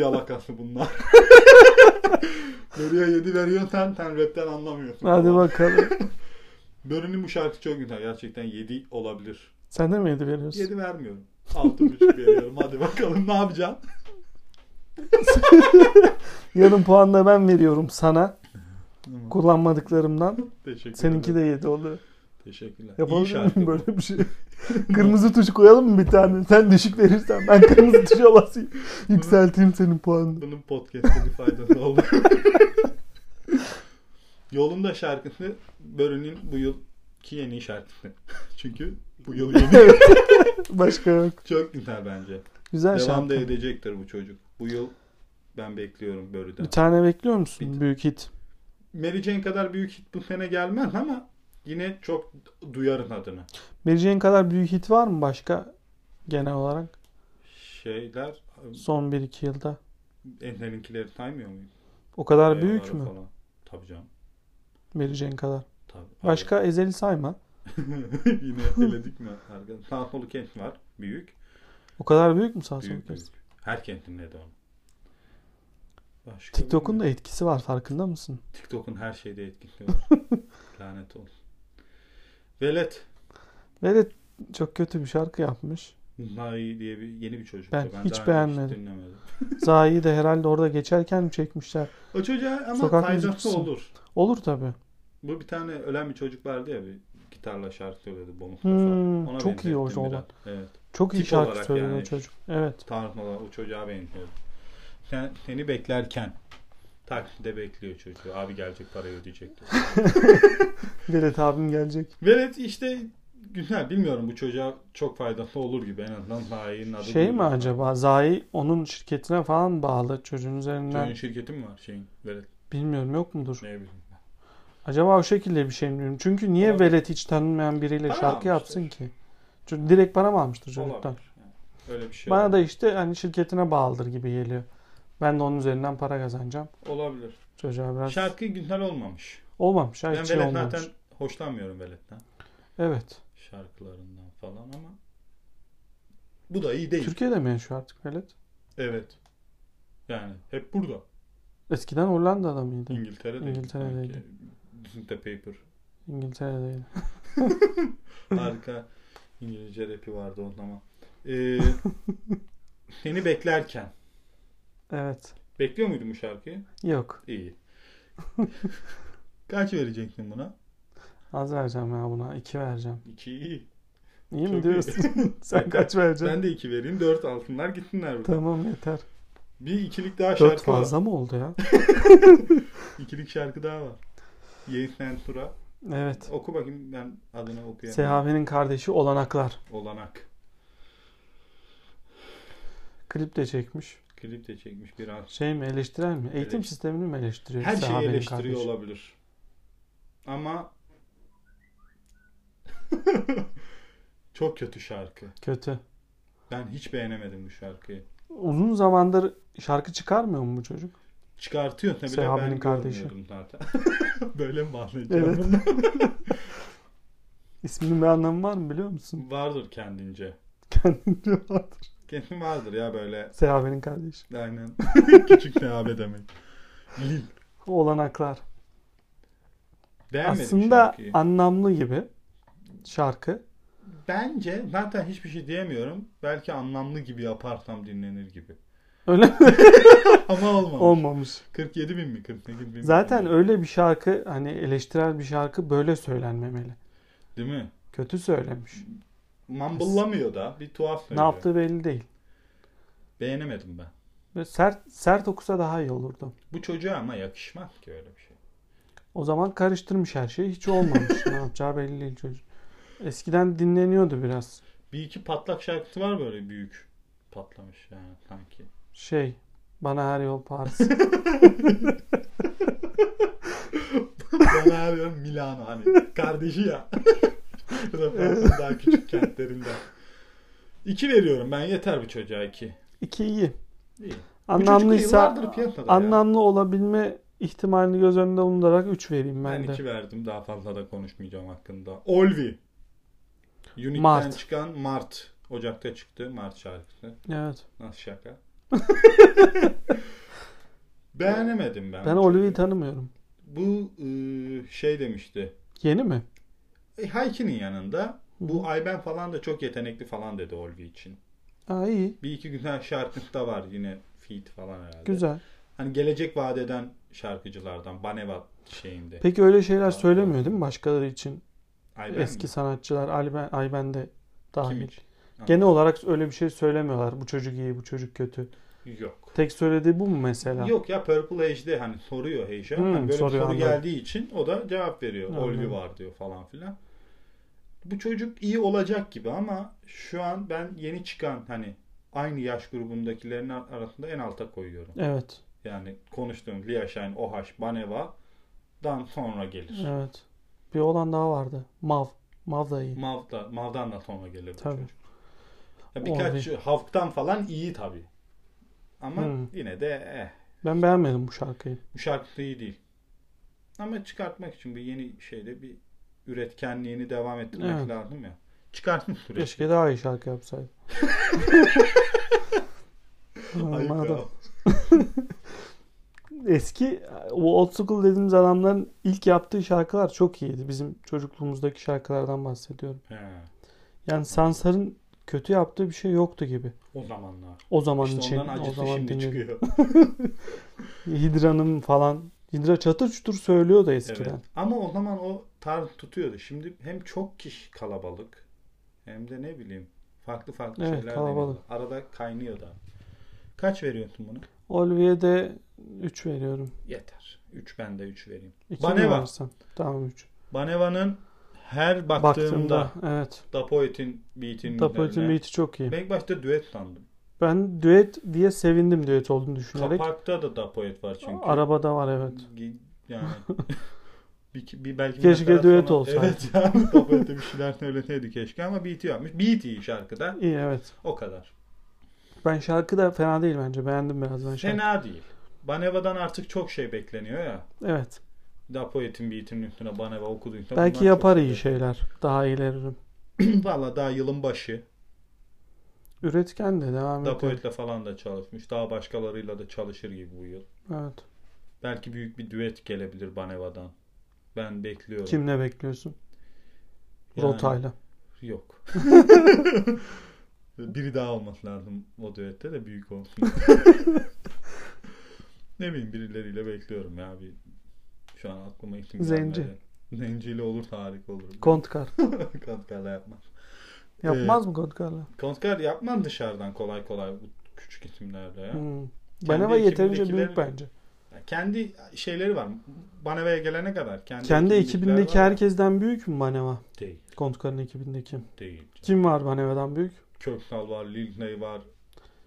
Speaker 2: yalakası bunlar. Börüye yedi veriyorsun sen, sen rapten anlamıyorsun.
Speaker 1: Hadi bakalım.
Speaker 2: Börünün bu şarkı çok güzel. Gerçekten yedi olabilir.
Speaker 1: Sen de mi 7 veriyorsun?
Speaker 2: Yedi vermiyorum. Altı buçuk veriyorum. Hadi bakalım ne yapacağım?
Speaker 1: Yarım puan da ben veriyorum sana. Kullanmadıklarımdan.
Speaker 2: Teşekkür
Speaker 1: Seninki
Speaker 2: ederim.
Speaker 1: de 7 oldu.
Speaker 2: Teşekkürler. İyi
Speaker 1: Yapabilir
Speaker 2: şarkı
Speaker 1: miyim
Speaker 2: bu.
Speaker 1: böyle bir şey? kırmızı tuş koyalım mı bir tane? Sen düşük verirsen ben kırmızı tuşa basayım. Yükselteyim senin puanını.
Speaker 2: Bunun podcast'te bir faydası oldu. Yolunda şarkısı Börü'nün bu yılki yeni şarkısı. Çünkü bu yıl yeni.
Speaker 1: Başka yok.
Speaker 2: çok güzel bence.
Speaker 1: Güzel
Speaker 2: Devam da
Speaker 1: şarkı.
Speaker 2: edecektir bu çocuk. Bu yıl ben bekliyorum Börü'den.
Speaker 1: Bir tane bekliyor musun?
Speaker 2: Bir-
Speaker 1: Büyük hit.
Speaker 2: Mary Jane kadar büyük hit bu sene gelmez ama yine çok duyarın adını.
Speaker 1: Mary Jane kadar büyük hit var mı başka genel olarak?
Speaker 2: Şeyler e,
Speaker 1: Son 1-2 yılda.
Speaker 2: Ender'inkileri saymıyor muyum?
Speaker 1: O kadar
Speaker 2: Eyvallah
Speaker 1: büyük mü?
Speaker 2: falan. Tabii canım.
Speaker 1: Mary Jane kadar.
Speaker 2: Tabii.
Speaker 1: Başka Ezel'i sayma.
Speaker 2: yine eledik mi? Arka- Sağ solu kent var. Büyük.
Speaker 1: O kadar büyük mü sağ sol
Speaker 2: büyük,
Speaker 1: kez?
Speaker 2: büyük. Herkes dinledi onu. Başka
Speaker 1: TikTok'un da
Speaker 2: bilmiyorum.
Speaker 1: etkisi var farkında mısın?
Speaker 2: TikTok'un her şeyde etkisi var. Lanet olsun. Velet.
Speaker 1: Velet çok kötü bir şarkı yapmış.
Speaker 2: Nahi diye bir yeni bir çocuk.
Speaker 1: Ben hiç
Speaker 2: daha önce
Speaker 1: beğenmedim.
Speaker 2: dinlemedim.
Speaker 1: Zahi'yi de herhalde orada geçerken mi çekmişler?
Speaker 2: O çocuğa ama
Speaker 1: Sokak
Speaker 2: faydası
Speaker 1: müzikçisi.
Speaker 2: olur.
Speaker 1: Olur tabi.
Speaker 2: Bu bir tane ölen bir çocuk vardı ya bir gitarla şarkı söyledi bonus
Speaker 1: Hmm, çok iyi o
Speaker 2: benzettim
Speaker 1: olan.
Speaker 2: biraz. Evet.
Speaker 1: Çok iyi
Speaker 2: Tip
Speaker 1: şarkı
Speaker 2: olarak
Speaker 1: söylüyor
Speaker 2: yani.
Speaker 1: o çocuk. Evet.
Speaker 2: Tanrım olan o çocuğa benziyordu. Sen, seni beklerken takside bekliyor çocuğu. Abi gelecek parayı ödeyecek. diyor.
Speaker 1: Velet abim gelecek.
Speaker 2: Velet işte güzel bilmiyorum bu çocuğa çok faydası olur gibi en azından Zahi'nin adı.
Speaker 1: Şey mi
Speaker 2: duyulur.
Speaker 1: acaba? Zahi onun şirketine falan mı bağlı çocuğun üzerinden.
Speaker 2: Çocuğun şirketi mi var şeyin? Velet
Speaker 1: Bilmiyorum yok mudur?
Speaker 2: ne bileyim. ben.
Speaker 1: Acaba o şekilde bir şey mi diyorum? Çünkü niye
Speaker 2: Olabilir.
Speaker 1: velet hiç tanınmayan biriyle
Speaker 2: Para
Speaker 1: şarkı
Speaker 2: almıştır.
Speaker 1: yapsın ki? Çünkü direkt para mı almıştır çocuktan?
Speaker 2: Olabilir. Yani. Öyle bir şey
Speaker 1: Bana
Speaker 2: olabilir.
Speaker 1: da işte hani şirketine bağlıdır gibi geliyor. Ben de onun üzerinden para kazanacağım.
Speaker 2: olabilir.
Speaker 1: Çocuğa biraz
Speaker 2: Şarkı güzel olmamış.
Speaker 1: olmamış. Hayır,
Speaker 2: ben
Speaker 1: şey
Speaker 2: Velet
Speaker 1: olmamış.
Speaker 2: zaten hoşlanmıyorum Velet'ten.
Speaker 1: Evet.
Speaker 2: Şarkılarından falan ama bu da iyi değil.
Speaker 1: Türkiye'de mi yaşıyor artık Velet?
Speaker 2: Evet. Yani hep burada.
Speaker 1: Eskiden Hollanda'da mıydı?
Speaker 2: İngiltere'de.
Speaker 1: İngiltere'deydi.
Speaker 2: Isn't the paper.
Speaker 1: İngiltere'deydi.
Speaker 2: Harika İngilizce rapi vardı onun ama. Ee, seni beklerken.
Speaker 1: Evet.
Speaker 2: Bekliyor muydun bu şarkıyı?
Speaker 1: Yok.
Speaker 2: İyi. Kaç verecektin buna?
Speaker 1: Az vereceğim ya buna. 2 vereceğim.
Speaker 2: İki iyi.
Speaker 1: İyi
Speaker 2: Çok iyi.
Speaker 1: mi diyorsun? Sen kaç vereceksin?
Speaker 2: Ben de iki vereyim. Dört altınlar gitsinler. burada.
Speaker 1: Tamam yeter.
Speaker 2: Bir ikilik daha
Speaker 1: 4
Speaker 2: şarkı var.
Speaker 1: fazla mı oldu ya?
Speaker 2: İkilik şarkı daha var. Yeğen Tura.
Speaker 1: Evet.
Speaker 2: Oku bakayım ben adını okuyamam.
Speaker 1: Sehafe'nin kardeşi Olanaklar.
Speaker 2: Olanak.
Speaker 1: Klip de çekmiş.
Speaker 2: Klip de çekmiş bir an.
Speaker 1: Şey mi eleştiren mi? Eğitim
Speaker 2: Eleş-
Speaker 1: sistemini mi eleştiriyor?
Speaker 2: Her şeyi
Speaker 1: Sehafe'nin
Speaker 2: eleştiriyor
Speaker 1: kardeşi?
Speaker 2: olabilir. Ama çok kötü şarkı.
Speaker 1: Kötü.
Speaker 2: Ben hiç beğenemedim bu şarkıyı.
Speaker 1: Uzun zamandır şarkı çıkarmıyor mu bu çocuk?
Speaker 2: Çıkartıyor tabii de
Speaker 1: Seha'nın
Speaker 2: ben
Speaker 1: kardeşi.
Speaker 2: görmüyordum zaten. Böyle mi bağlayacağım?
Speaker 1: İsminin bir anlamı var mı biliyor musun?
Speaker 2: Vardır kendince.
Speaker 1: Kendince vardır.
Speaker 2: Kesin vardır ya böyle.
Speaker 1: Sehafe'nin kardeşi.
Speaker 2: Aynen. Küçük abi demek. Lil.
Speaker 1: Olanaklar.
Speaker 2: Beğenmedim
Speaker 1: Aslında
Speaker 2: şarkıyı.
Speaker 1: anlamlı gibi şarkı.
Speaker 2: Bence zaten hiçbir şey diyemiyorum. Belki anlamlı gibi yaparsam dinlenir gibi.
Speaker 1: Öyle mi?
Speaker 2: Ama olmamış.
Speaker 1: olmamış.
Speaker 2: 47 bin mi 48 bin mi?
Speaker 1: Zaten öyle bir şarkı hani eleştirel bir şarkı böyle söylenmemeli.
Speaker 2: Değil mi?
Speaker 1: Kötü söylemiş.
Speaker 2: Mumble'lamıyor da bir tuhaf
Speaker 1: Ne
Speaker 2: söylüyor.
Speaker 1: yaptığı belli değil.
Speaker 2: Beğenemedim ben.
Speaker 1: Böyle sert sert okusa daha iyi olurdu.
Speaker 2: Bu çocuğa ama yakışmaz ki öyle bir şey.
Speaker 1: O zaman karıştırmış her şeyi. Hiç olmamış. ne yapacağı belli değil çocuk. Eskiden dinleniyordu biraz.
Speaker 2: Bir iki patlak şarkısı var böyle büyük. Patlamış yani sanki.
Speaker 1: Şey, bana her yol Paris.
Speaker 2: ben abi Milano hani kardeşi ya. Bu da Fransa'nın daha küçük kentlerinden. İki veriyorum ben yeter bu çocuğa iki.
Speaker 1: İki iyi.
Speaker 2: İyi. Bu çocuk
Speaker 1: Anlamlıysa
Speaker 2: yıllardır piyasada ya.
Speaker 1: anlamlı olabilme ihtimalini göz önünde bulundurarak 3 vereyim
Speaker 2: Ben
Speaker 1: ben de.
Speaker 2: iki verdim. Daha fazla da konuşmayacağım hakkında. Olvi. Unique'den
Speaker 1: Mart.
Speaker 2: çıkan Mart. Ocak'ta çıktı Mart şarkısı.
Speaker 1: Evet.
Speaker 2: Nasıl şaka? Beğenemedim ben.
Speaker 1: Ben
Speaker 2: bu
Speaker 1: Olivia'yı
Speaker 2: çocuğu.
Speaker 1: tanımıyorum.
Speaker 2: Bu ıı, şey demişti.
Speaker 1: Yeni mi?
Speaker 2: E, Hayki'nin yanında bu Ayben falan da çok yetenekli falan dedi Olvi için.
Speaker 1: Aa iyi.
Speaker 2: Bir iki güzel şarkısı da var yine feat falan herhalde.
Speaker 1: Güzel.
Speaker 2: Hani gelecek vaat eden şarkıcılardan Baneva şeyinde.
Speaker 1: Peki öyle şeyler söylemiyor değil mi başkaları için?
Speaker 2: Ayben mi?
Speaker 1: Eski sanatçılar Ayben, Ayben de
Speaker 2: Kim
Speaker 1: dahil.
Speaker 2: için?
Speaker 1: Genel olarak öyle bir şey söylemiyorlar. Bu çocuk iyi, bu çocuk kötü.
Speaker 2: Yok.
Speaker 1: Tek söylediği bu mu mesela?
Speaker 2: Yok ya Purple Hage'de hani soruyor Hage'e.
Speaker 1: Hmm,
Speaker 2: hani böyle bir
Speaker 1: soruyor,
Speaker 2: soru
Speaker 1: anladım.
Speaker 2: geldiği için o da cevap veriyor.
Speaker 1: Anladım.
Speaker 2: Olvi var diyor falan filan. Bu çocuk iyi olacak gibi ama şu an ben yeni çıkan hani aynı yaş grubundakilerin ar- arasında en alta koyuyorum.
Speaker 1: Evet. Yani
Speaker 2: Yani konuştuğum Lia Shine, OH, Baneva dan sonra gelir.
Speaker 1: evet. Bir olan daha vardı. Mav. Mav da iyi.
Speaker 2: Mav'da, Mav'dan da sonra gelir bu
Speaker 1: Tabii.
Speaker 2: çocuk. Ya birkaç Havk'tan falan iyi tabii. Ama
Speaker 1: Hmm.
Speaker 2: yine de eh.
Speaker 1: Ben beğenmedim bu şarkıyı.
Speaker 2: Bu şarkı da iyi değil. Ama çıkartmak için bir yeni şeyde bir üretkenliğini devam ettirmek
Speaker 1: Evet.
Speaker 2: lazım ya. Çıkartmış süreç.
Speaker 1: Keşke daha iyi şarkı yapsaydı.
Speaker 2: Ayıp
Speaker 1: Aman
Speaker 2: ya.
Speaker 1: adam. Eski o old school dediğimiz adamların ilk yaptığı şarkılar çok iyiydi. Bizim çocukluğumuzdaki şarkılardan bahsediyorum.
Speaker 2: He,
Speaker 1: Yani Sansar'ın kötü yaptığı bir şey yoktu gibi.
Speaker 2: o zamanlar.
Speaker 1: O zaman
Speaker 2: İşte
Speaker 1: için,
Speaker 2: onların
Speaker 1: o
Speaker 2: acısı
Speaker 1: zaman
Speaker 2: şimdi
Speaker 1: dinledim.
Speaker 2: çıkıyor.
Speaker 1: Hidra'nın falan. Hidra çatır çutur söylüyordu eskiden.
Speaker 2: Evet. Ama o zaman o tarz tutuyordu. Şimdi hem çok kişi kalabalık hem de ne bileyim farklı farklı
Speaker 1: Evet,
Speaker 2: şeyler
Speaker 1: kalabalık.
Speaker 2: deniyordu. Arada kaynıyor da. Kaç veriyorsun bunu?
Speaker 1: Olvi'ye de 3 veriyorum.
Speaker 2: Yeter. 3 ben de 3 vereyim.
Speaker 1: 2
Speaker 2: Baneva.
Speaker 1: Tamam 3.
Speaker 2: Baneva'nın her baktığımda,
Speaker 1: Baktığımda evet.
Speaker 2: Dapoet'in beat'in
Speaker 1: Tapoet'in
Speaker 2: üzerine-
Speaker 1: beat'i çok iyi.
Speaker 2: Ben ilk başta düet sandım.
Speaker 1: Ben düet diye sevindim düet olduğunu düşünerek.
Speaker 2: Kapakta da da poet var çünkü.
Speaker 1: Arabada var evet.
Speaker 2: Gi- Yani bir, bir belki
Speaker 1: Keşke
Speaker 2: biraz daha
Speaker 1: düet
Speaker 2: sonra-
Speaker 1: olsaydı.
Speaker 2: Evet yani da poete bir şeyler söyleseydi keşke ama beat yapmış. Beat iyi şarkıda.
Speaker 1: İyi evet.
Speaker 2: O kadar.
Speaker 1: Ben şarkı da fena değil bence. Beğendim biraz ben şarkı.
Speaker 2: Fena değil. Baneva'dan artık çok şey bekleniyor ya.
Speaker 1: Evet.
Speaker 2: Dapoet'in beatinin üstüne Baneva okuduğun üstüne.
Speaker 1: Belki
Speaker 2: bunlar çok
Speaker 1: yapar iyi şey.
Speaker 2: güzel.
Speaker 1: şeyler. Daha ileririm.
Speaker 2: Valla daha yılın başı.
Speaker 1: Üretken de devam ediyor.
Speaker 2: Dapoet'le falan da çalışmış. Daha başkalarıyla da çalışır gibi bu yıl.
Speaker 1: Evet.
Speaker 2: Belki büyük bir düet gelebilir Baneva'dan. Ben bekliyorum.
Speaker 1: Kimle bekliyorsun?
Speaker 2: Yani-
Speaker 1: Rota'yla.
Speaker 2: Yok. Biri daha olması lazım o düette de büyük olsun. ne bileyim birileriyle bekliyorum ya. Bir, şu an aklıma isim
Speaker 1: Zenci.
Speaker 2: gelmedi. Zenciyle olur harika olur.
Speaker 1: Kontkar.
Speaker 2: Kontkarla yapmaz.
Speaker 1: Yapmaz mı Kontkar'la?
Speaker 2: Kontkar yapmaz dışarıdan kolay kolay bu küçük isimlerle ya.
Speaker 1: Hmm. Baneva yeterince büyük
Speaker 2: ekibindekiler-
Speaker 1: bence.
Speaker 2: Ya Kendi şeyleri var. Baneva'ya gelene kadar. Kendi,
Speaker 1: Kendi
Speaker 2: ekibindekiler
Speaker 1: ekibindeki
Speaker 2: var ya.
Speaker 1: herkesten büyük mü Baneva?
Speaker 2: Değil.
Speaker 1: Kontkar'ın ekibindeki.
Speaker 2: Değil. canım.
Speaker 1: Kim var Baneva'dan büyük?
Speaker 2: Köksal var. Lil Ney var.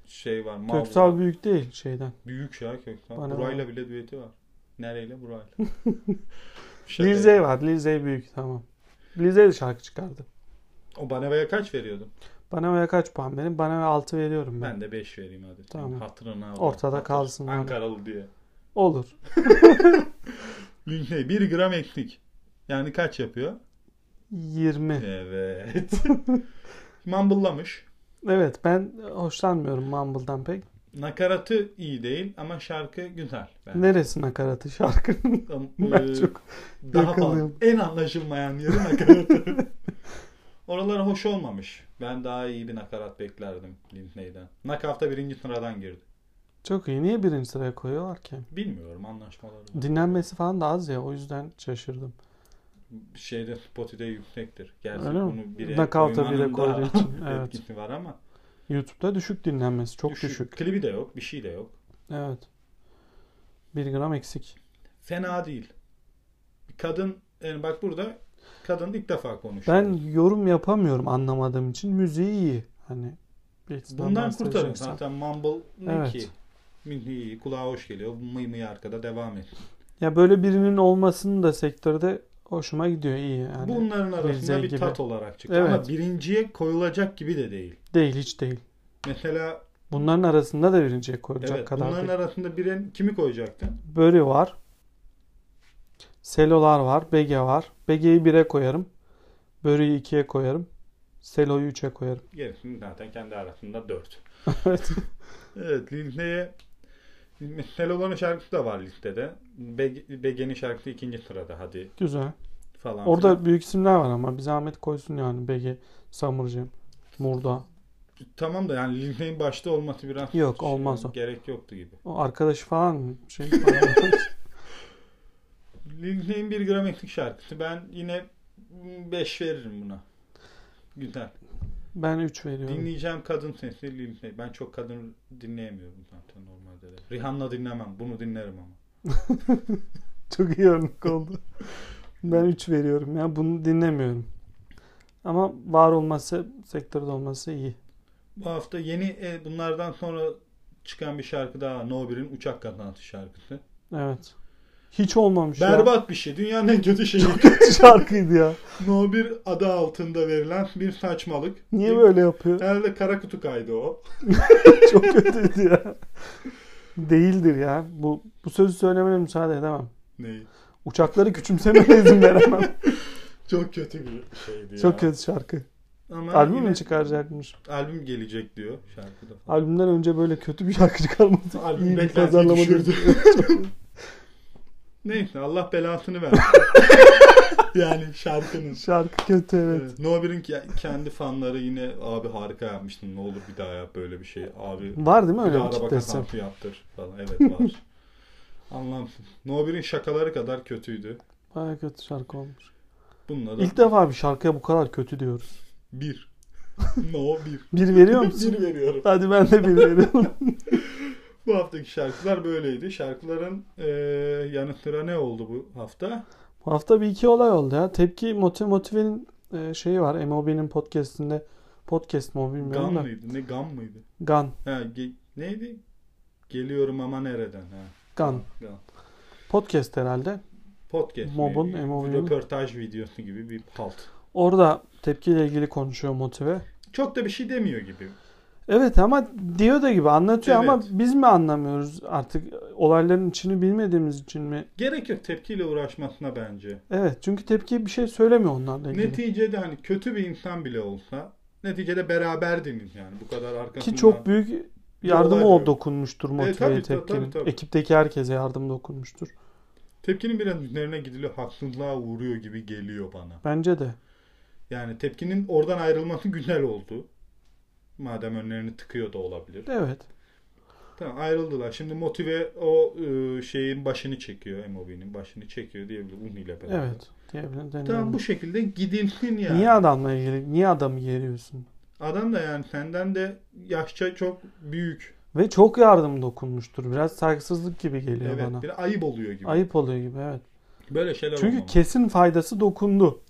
Speaker 2: Şey var. Mal var.
Speaker 1: Köksal büyük değil şeyden.
Speaker 2: Büyük ya Köksal.
Speaker 1: Bana
Speaker 2: Burayla
Speaker 1: bak.
Speaker 2: bile düeti var. Nereyle? Burayla. Şaka
Speaker 1: Lil
Speaker 2: yapıyorum.
Speaker 1: Zey var. Lil Zey büyük tamam. Lil Zey de şarkı çıkardı.
Speaker 2: O Baneva'ya kaç veriyordun?
Speaker 1: Baneva'ya kaç puan verin? Baneva'ya 6 veriyorum ben.
Speaker 2: Ben de 5 vereyim hadi.
Speaker 1: Tamam.
Speaker 2: Hatırına al.
Speaker 1: Ortada
Speaker 2: Hatır.
Speaker 1: kalsın. Hani.
Speaker 2: Ankaralı diye.
Speaker 1: Olur.
Speaker 2: Lil 1 gram eksik. Yani kaç yapıyor?
Speaker 1: 20.
Speaker 2: Evet. Mumble'lamış.
Speaker 1: Evet ben hoşlanmıyorum Mumble'dan pek.
Speaker 2: Nakaratı iyi değil ama şarkı güzel. Ben,
Speaker 1: Neresi nakaratı şarkının?
Speaker 2: Am-
Speaker 1: Ben
Speaker 2: eee,
Speaker 1: çok
Speaker 2: daha
Speaker 1: yakalıyorum.
Speaker 2: fazla- en anlaşılmayan yeri nakaratı. Oralar hoş olmamış. Ben daha iyi bir nakarat beklerdim Lindley'den. Nakafta birinci sıradan girdi.
Speaker 1: çok iyi. Niye birinci sıraya koyuyorlar ki?
Speaker 2: Bilmiyorum anlaşmaları. var.
Speaker 1: Dinlenmesi falan da az ya o yüzden şaşırdım.
Speaker 2: Şeyde Spotify'de yüksektir. Gerçi
Speaker 1: Öyle mi?
Speaker 2: bunu bire
Speaker 1: Knockout'a bire
Speaker 2: koymanın
Speaker 1: koyduğu
Speaker 2: da
Speaker 1: için, evet.
Speaker 2: etkisi var ama
Speaker 1: YouTube'da düşük dinlenmesi çok düşük.
Speaker 2: Klibi de yok, bir şey de yok.
Speaker 1: Evet. 1 gram eksik.
Speaker 2: Fena değil. Kadın yani bak burada kadın ilk defa konuşuyor.
Speaker 1: Ben yorum yapamıyorum anlamadığım için. Müziği iyi. Hani bir açıdan
Speaker 2: Bundan kurtarın
Speaker 1: bahsedeceksen.
Speaker 2: zaten Mumble ne
Speaker 1: Evet.
Speaker 2: ki? Milli iyi, kulağa hoş geliyor. Mıy mıy arkada devam et.
Speaker 1: Ya böyle birinin olmasının da sektörde hoşuma gidiyor iyi yani.
Speaker 2: Bunların arasında
Speaker 1: Lil Hani Zey
Speaker 2: bir
Speaker 1: gibi.
Speaker 2: tat olarak çıktı.
Speaker 1: Evet.
Speaker 2: Ama birinciye koyulacak gibi de değil.
Speaker 1: Değil hiç değil.
Speaker 2: Mesela
Speaker 1: Bunların arasında da birinciye koyulacak
Speaker 2: evet,
Speaker 1: kadar
Speaker 2: bunların
Speaker 1: değil.
Speaker 2: arasında birini kimi koyacaktın?
Speaker 1: Börü var. Selolar var. Bege var. Bege'yi 1'e koyarım. Börü'yü 2'ye koyarım. Selo'yu 3'e koyarım.
Speaker 2: Gerisini zaten kendi arasında dört.
Speaker 1: Evet.
Speaker 2: Evet listeye Melo'nun şarkısı da var listede. Beg- Begen'in şarkısı ikinci sırada hadi
Speaker 1: Güzel.
Speaker 2: falan. filan.
Speaker 1: Orada büyük isimler var ama bir zahmet koysun yani Bege, Samurcem, Murda.
Speaker 2: Tamam da yani Lilne'nin başta olması biraz şey,
Speaker 1: Yok, olmaz o.
Speaker 2: gerek yoktu gibi.
Speaker 1: O arkadaşı falan mı? Şey falan.
Speaker 2: Lilne'nin bir gram eksik şarkısı. Ben yine 5 veririm buna. Güzel.
Speaker 1: ben 3 veriyorum.
Speaker 2: Dinleyeceğim kadın sesi Lilne. Ben çok kadın dinleyemiyorum zaten normalde de. Rihanna dinlemem. Bunu dinlerim ama.
Speaker 1: Çok iyi örnek oldu. ben 3 veriyorum ya. Bunu dinlemiyorum. Ama var olması, sektörde olması iyi.
Speaker 2: Bu hafta yeni e, bunlardan sonra çıkan bir şarkı daha. No 1'in Uçak Kazansı şarkısı.
Speaker 1: Evet. Hiç olmamış ya.
Speaker 2: Berbat bir şey. Dünyanın en kötü şeyi.
Speaker 1: şarkıydı ya.
Speaker 2: No 1 adı altında verilen bir saçmalık.
Speaker 1: Niye böyle yapıyor?
Speaker 2: Herhalde kara kutu kaydı o.
Speaker 1: Çok kötüydü ya. Değildir ya. Bu bu sözü söylemene müsaade edemem.
Speaker 2: Neyi?
Speaker 1: Uçakları küçümsemene izin veremem.
Speaker 2: Çok kötü bir şeydi
Speaker 1: Çok
Speaker 2: ya.
Speaker 1: kötü şarkı.
Speaker 2: Ama
Speaker 1: Albüm
Speaker 2: yine
Speaker 1: mü çıkaracakmış?
Speaker 2: Albüm gelecek diyor şarkıda. falan.
Speaker 1: Albümden önce böyle kötü bir şarkı çıkarması
Speaker 2: Albüm
Speaker 1: iyi bir
Speaker 2: beklentiyi
Speaker 1: pazarlama değil.
Speaker 2: Neyse Allah belasını versin. yani şarkının.
Speaker 1: Şarkı kötü evet.
Speaker 2: Evet. No 1'in ki- kendi fanları yine abi harika yapmıştın ne olur bir daha yap böyle bir şey abi.
Speaker 1: Var değil mi
Speaker 2: Bir
Speaker 1: öyle
Speaker 2: daha
Speaker 1: bir
Speaker 2: araba
Speaker 1: kitlesi?
Speaker 2: kazansı yaptır falan. Evet var. Anlamsız. No 1'in şakaları kadar kötüydü.
Speaker 1: Baya kötü şarkı olmuş.
Speaker 2: Bununla da
Speaker 1: İlk defa bir şarkıya bu kadar kötü diyoruz.
Speaker 2: bir. No 1.
Speaker 1: Bir veriyor musun?
Speaker 2: bir veriyorum.
Speaker 1: Hadi ben de bir veriyorum.
Speaker 2: Bu haftaki şarkılar böyleydi. Şarkıların eee yanı sıra ne oldu bu hafta?
Speaker 1: bu hafta bir iki olay oldu ya. Tepki Motive Motive'nin e, şeyi var. MOB'nin podcastinde. Podcast mı o bilmiyorum
Speaker 2: Gam
Speaker 1: da.
Speaker 2: mıydı? Ne gam mıydı?
Speaker 1: Gun.
Speaker 2: Ha, ge- neydi? Geliyorum ama nereden? Ha.
Speaker 1: Gun.
Speaker 2: Gam.
Speaker 1: Podcast herhalde.
Speaker 2: Podcast.
Speaker 1: Mob'un,
Speaker 2: miydi?
Speaker 1: MOB'un.
Speaker 2: Röportaj videosu gibi bir halt.
Speaker 1: Orada tepkiyle ilgili konuşuyor Motive.
Speaker 2: Çok da bir şey demiyor gibi.
Speaker 1: Evet ama diyor da gibi anlatıyor ama
Speaker 2: Evet.
Speaker 1: biz mi anlamıyoruz artık olayların içini bilmediğimiz için mi?
Speaker 2: Gerek yok tepkiyle uğraşmasına bence.
Speaker 1: Evet çünkü tepki bir şey söylemiyor onlarla ilgili.
Speaker 2: Neticede hani kötü bir insan bile olsa neticede beraberdiniz yani bu kadar arkasından.
Speaker 1: Ki çok büyük yardımı
Speaker 2: olay
Speaker 1: o
Speaker 2: yok. E,
Speaker 1: dokunmuştur motiveye
Speaker 2: tabii, tabii,
Speaker 1: tepkinin.
Speaker 2: tabii, tabii.
Speaker 1: Ekipteki herkese yardım dokunmuştur.
Speaker 2: Tepkinin biraz üzerine gidiliyor haksızlığa uğruyor gibi geliyor bana.
Speaker 1: Bence de.
Speaker 2: Yani tepkinin oradan ayrılması güzel oldu. Madem önlerini tıkıyor da olabilir.
Speaker 1: Evet.
Speaker 2: Tamam ayrıldılar. Şimdi motive o e, şeyin başını çekiyor. MOB'nin başını çekiyor diyebilir Uni ile beraber.
Speaker 1: Evet. Diyebilirim.
Speaker 2: Tamam bu
Speaker 1: denilebilir.
Speaker 2: şekilde gidilsin yani.
Speaker 1: Niye adamla ilgili? Niye adamı yeriyorsun?
Speaker 2: Adam da yani senden de yaşça çok büyük.
Speaker 1: Ve çok yardım dokunmuştur. Biraz saygısızlık gibi geliyor
Speaker 2: evet.
Speaker 1: bana.
Speaker 2: Bir ayıp oluyor gibi.
Speaker 1: Ayıp oluyor gibi evet.
Speaker 2: Böyle şeyler
Speaker 1: Çünkü
Speaker 2: olmamalı.
Speaker 1: kesin faydası dokundu.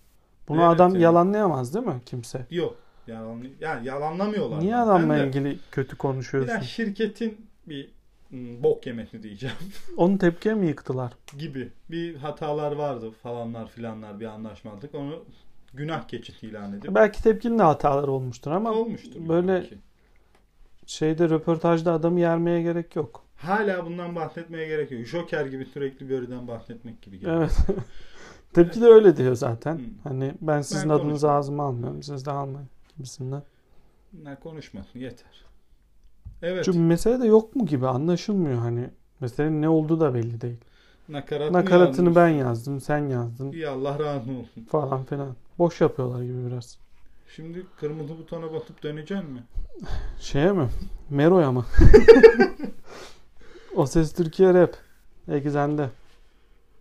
Speaker 1: Bunu
Speaker 2: Evet,
Speaker 1: adam
Speaker 2: evet.
Speaker 1: yalanlayamaz değil mi kimse?
Speaker 2: Yok. Yalan, yani yalanlamıyorlar.
Speaker 1: Niye
Speaker 2: zaten
Speaker 1: adamla
Speaker 2: de
Speaker 1: ilgili kötü konuşuyorsun?
Speaker 2: Biraz şirketin bir hmm, bok yemesi diyeceğim
Speaker 1: Onu tepkiye mi yıktılar?
Speaker 2: gibi. Bir hatalar vardı falanlar filanlar bir anlaşmazlık. Onu günah keçit ilan edip
Speaker 1: Belki tepkinin de hataları olmuştur ama
Speaker 2: olmuştur.
Speaker 1: böyle-
Speaker 2: illaki.
Speaker 1: şeyde röportajda adamı yermeye gerek yok.
Speaker 2: Hala bundan bahsetmeye gerek yok. Joker gibi sürekli Barry'den bahsetmek gibi geliyor.
Speaker 1: Evet. Tepki de öyle diyor zaten.
Speaker 2: Hmm.
Speaker 1: Hani ben sizin
Speaker 2: Ben
Speaker 1: adınızı
Speaker 2: konuşmam.
Speaker 1: ağzıma almıyorum. Siz de almayın gibisinden.
Speaker 2: Bunlar konuşmasın yeter. Evet.
Speaker 1: Çünkü mesele de yok mu gibi anlaşılmıyor hani. Meselenin ne olduğu da belli değil.
Speaker 2: nakarat mı
Speaker 1: Nakaratını
Speaker 2: yalnız?
Speaker 1: ben yazdım, sen yazdın
Speaker 2: İyi Allah razı olsun.
Speaker 1: falan filan. Boş yapıyorlar gibi biraz.
Speaker 2: Şimdi kırmızı butona basıp döneceksin mi?
Speaker 1: Şeye mi? Mero'ya mı? o ses Türkiye rap. Egzende.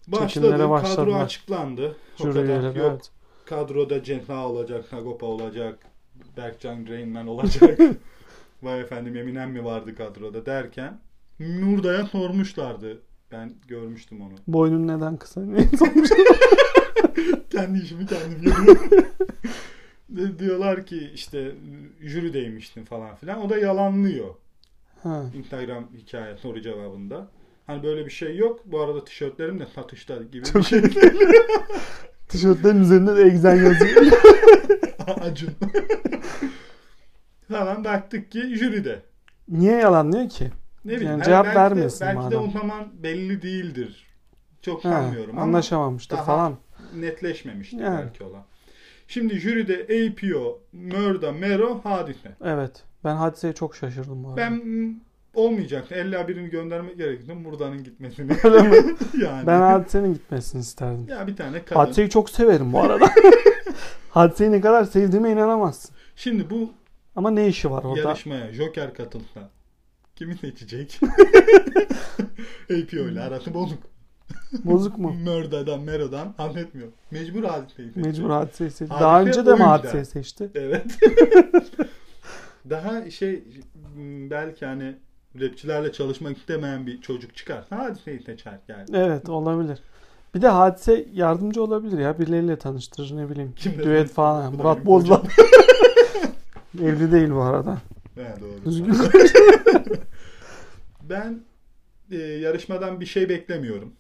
Speaker 2: Başladı.
Speaker 1: Çekimlere
Speaker 2: Kadro
Speaker 1: başladılar.
Speaker 2: açıklandı. O
Speaker 1: Jüri
Speaker 2: kadar.
Speaker 1: üyeleri,
Speaker 2: Yok.
Speaker 1: evet.
Speaker 2: Kadroda Cehra olacak, Sagopa olacak, Berkcan Reynmen olacak. Vay efendim Eminem mi vardı kadroda derken Nurda'ya sormuşlardı. Ben görmüştüm onu.
Speaker 1: Boynun neden kısa? Niye sormuş?
Speaker 2: Kendi işimi kendim yapıyorum. Di- Diyorlar ki işte jürideymiştin falan filan. O da yalanlıyor.
Speaker 1: ha.
Speaker 2: Instagram hikaye soru cevabında. Hani böyle bir şey yok. Bu arada tişörtlerim de satışta gibi bir
Speaker 1: Çok
Speaker 2: şey.
Speaker 1: Tişörtlerin üzerinde de egzen yazıyor.
Speaker 2: Acun. Falan baktık ki jüride.
Speaker 1: Niye yalanlıyor ki?
Speaker 2: Ne bileyim.
Speaker 1: Yani
Speaker 2: hani
Speaker 1: cevap
Speaker 2: belki
Speaker 1: vermesin
Speaker 2: de, belki de o
Speaker 1: madem.
Speaker 2: zaman belli değildir. Çok
Speaker 1: Ha,
Speaker 2: sanmıyorum ama
Speaker 1: anlaşamamıştır
Speaker 2: daha-
Speaker 1: falan.
Speaker 2: netleşmemiştir
Speaker 1: Yani.
Speaker 2: belki olan. Şimdi jüride APO, Mörda, Mero, Hadise.
Speaker 1: Evet. Ben hadiseye çok şaşırdım bu arada.
Speaker 2: Ben mm, olmayacaktı. 50 birini göndermek gerekirdi. Buradanın gitmesini. yani.
Speaker 1: Ben hadisenin gitmesini isterdim.
Speaker 2: Ya bir tane kadın.
Speaker 1: Hadiseyi çok severim bu arada. hadiseyi ne kadar sevdiğime inanamazsın.
Speaker 2: Şimdi bu
Speaker 1: Ama ne işi var orada?
Speaker 2: yarışmaya Joker katılsa kimi seçecek? APO ile arası bozuk.
Speaker 1: Bozuk mu?
Speaker 2: Mörder'dan, Mero'dan anlatmıyor. Mecbur hadiseyi seçecek.
Speaker 1: Mecbur hadiseyi seçti.
Speaker 2: Hadise
Speaker 1: Daha önce de mi
Speaker 2: o yüzden.
Speaker 1: hadiseyi seçti?
Speaker 2: Evet. Daha şey m, belki hani rapçilerle çalışmak istemeyen bir çocuk çıkarsa hadiseyi seçer yani.
Speaker 1: Evet olabilir. Bir de hadise yardımcı olabilir ya. Birileriyle tanıştırır ne bileyim.
Speaker 2: Kimle
Speaker 1: Düet
Speaker 2: tanıştırır?
Speaker 1: falan.
Speaker 2: Bu da
Speaker 1: Murat
Speaker 2: benim
Speaker 1: Bozla. Evli değil bu arada.
Speaker 2: He, doğru.
Speaker 1: Üzgün.
Speaker 2: Ben e, yarışmadan bir şey beklemiyorum.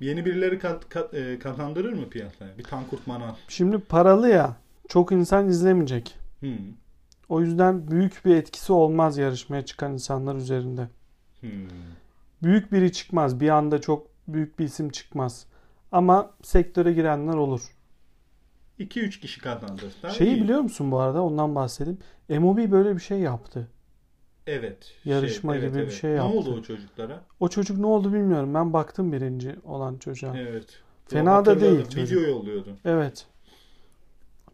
Speaker 2: Yeni birileri kat, kat- e, kazandırır mı piyasaya? Bir Tankurt Manat.
Speaker 1: Şimdi paralı ya. Çok insan izlemeyecek.
Speaker 2: Hmm.
Speaker 1: O yüzden büyük bir etkisi olmaz yarışmaya çıkan insanlar üzerinde.
Speaker 2: Hmm.
Speaker 1: Büyük biri çıkmaz. Bir anda çok büyük bir isim çıkmaz. Ama sektöre girenler olur.
Speaker 2: 2-3 kişi kazandırsa
Speaker 1: Şeyi
Speaker 2: iyi.
Speaker 1: biliyor musun bu arada? Ondan bahsedeyim. MOB böyle bir şey yaptı.
Speaker 2: Evet.
Speaker 1: Yarışma gibi bir şey
Speaker 2: Ne
Speaker 1: yaptı.
Speaker 2: oldu o çocuklara?
Speaker 1: O çocuk ne oldu bilmiyorum. Ben baktım birinci olan çocuğa. Evet.
Speaker 2: Evet.
Speaker 1: Fena da
Speaker 2: Hatırladım,
Speaker 1: değil
Speaker 2: Video
Speaker 1: çocuk.
Speaker 2: yolluyordu.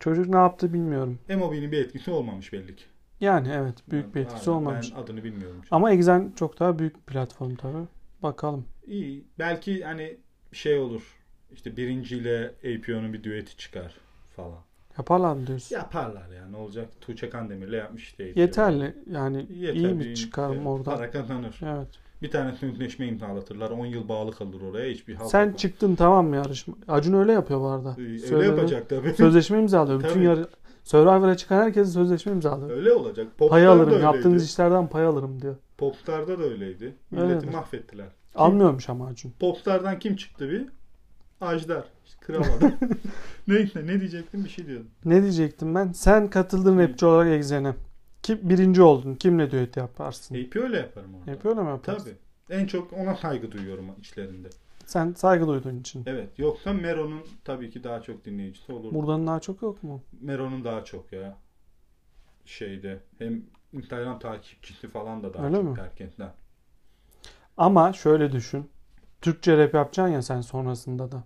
Speaker 1: Çocuk ne yaptı bilmiyorum.
Speaker 2: Emobi'nin bir etkisi olmamış belli ki.
Speaker 1: Yani evet büyük bir etkisi
Speaker 2: Aynen,
Speaker 1: olmamış.
Speaker 2: Ben adını bilmiyorum.
Speaker 1: Ama Exen çok daha büyük bir platform tabii. Bakalım.
Speaker 2: İyi. Belki hani şey olur. İşte birinciyle APO'nun bir düeti çıkar falan.
Speaker 1: Yaparlar mı diyorsun?
Speaker 2: Yaparlar yani ne olacak. Tuğçe Kandemir'le yapmış işte APO.
Speaker 1: Yeterli. Yani iyi
Speaker 2: Yeterli,
Speaker 1: bir çıkarım
Speaker 2: evet,
Speaker 1: oradan.
Speaker 2: şey. Para kazanır.
Speaker 1: Evet.
Speaker 2: Bir tane sözleşme imzalatırlar. 10 yıl bağlı kalır oraya. Hiçbir halk
Speaker 1: Sen
Speaker 2: yok.
Speaker 1: çıktın tamam mı yarışma? Acun öyle yapıyor bu arada.
Speaker 2: Ee, Öyle
Speaker 1: Söyledi.
Speaker 2: yapacak tabii.
Speaker 1: Sözleşme imzalıyor. Bütün
Speaker 2: Tabii.
Speaker 1: yarı... Survivor'a çıkan herkes sözleşme imzalıyor.
Speaker 2: öyle olacak.
Speaker 1: Pay
Speaker 2: Popstar'da
Speaker 1: alırım.
Speaker 2: öyleydi.
Speaker 1: Yaptığınız işlerden pay alırım diyor.
Speaker 2: Popstar'da da öyleydi. Milleti
Speaker 1: Öyle mi?
Speaker 2: mahvettiler.
Speaker 1: Almıyormuş ama Acun.
Speaker 2: Popstar'dan kim çıktı bir? Ajdar. Kral adam. Neyse ne diyecektim bir şey diyordum.
Speaker 1: Ne diyecektim ben? Sen katıldın rapçi olarak Exen'e. Kim, birinci oldun. Kimle düet yaparsın?
Speaker 2: AP öyle yaparım orada.
Speaker 1: Hep öyle mi yaparsın?
Speaker 2: Tabii. En çok ona saygı duyuyorum içlerinde.
Speaker 1: Sen saygı duyduğun için.
Speaker 2: Evet. Yoksa Mero'nun tabii ki daha çok dinleyicisi olur.
Speaker 1: Buradan daha çok yok mu?
Speaker 2: Mero'nun daha çok ya. Şeyde. Hem Instagram takipçisi falan da daha
Speaker 1: Öyle
Speaker 2: çok
Speaker 1: mi?
Speaker 2: erkekler.
Speaker 1: Ama şöyle düşün. Türkçe rap yapacaksın ya sen sonrasında da.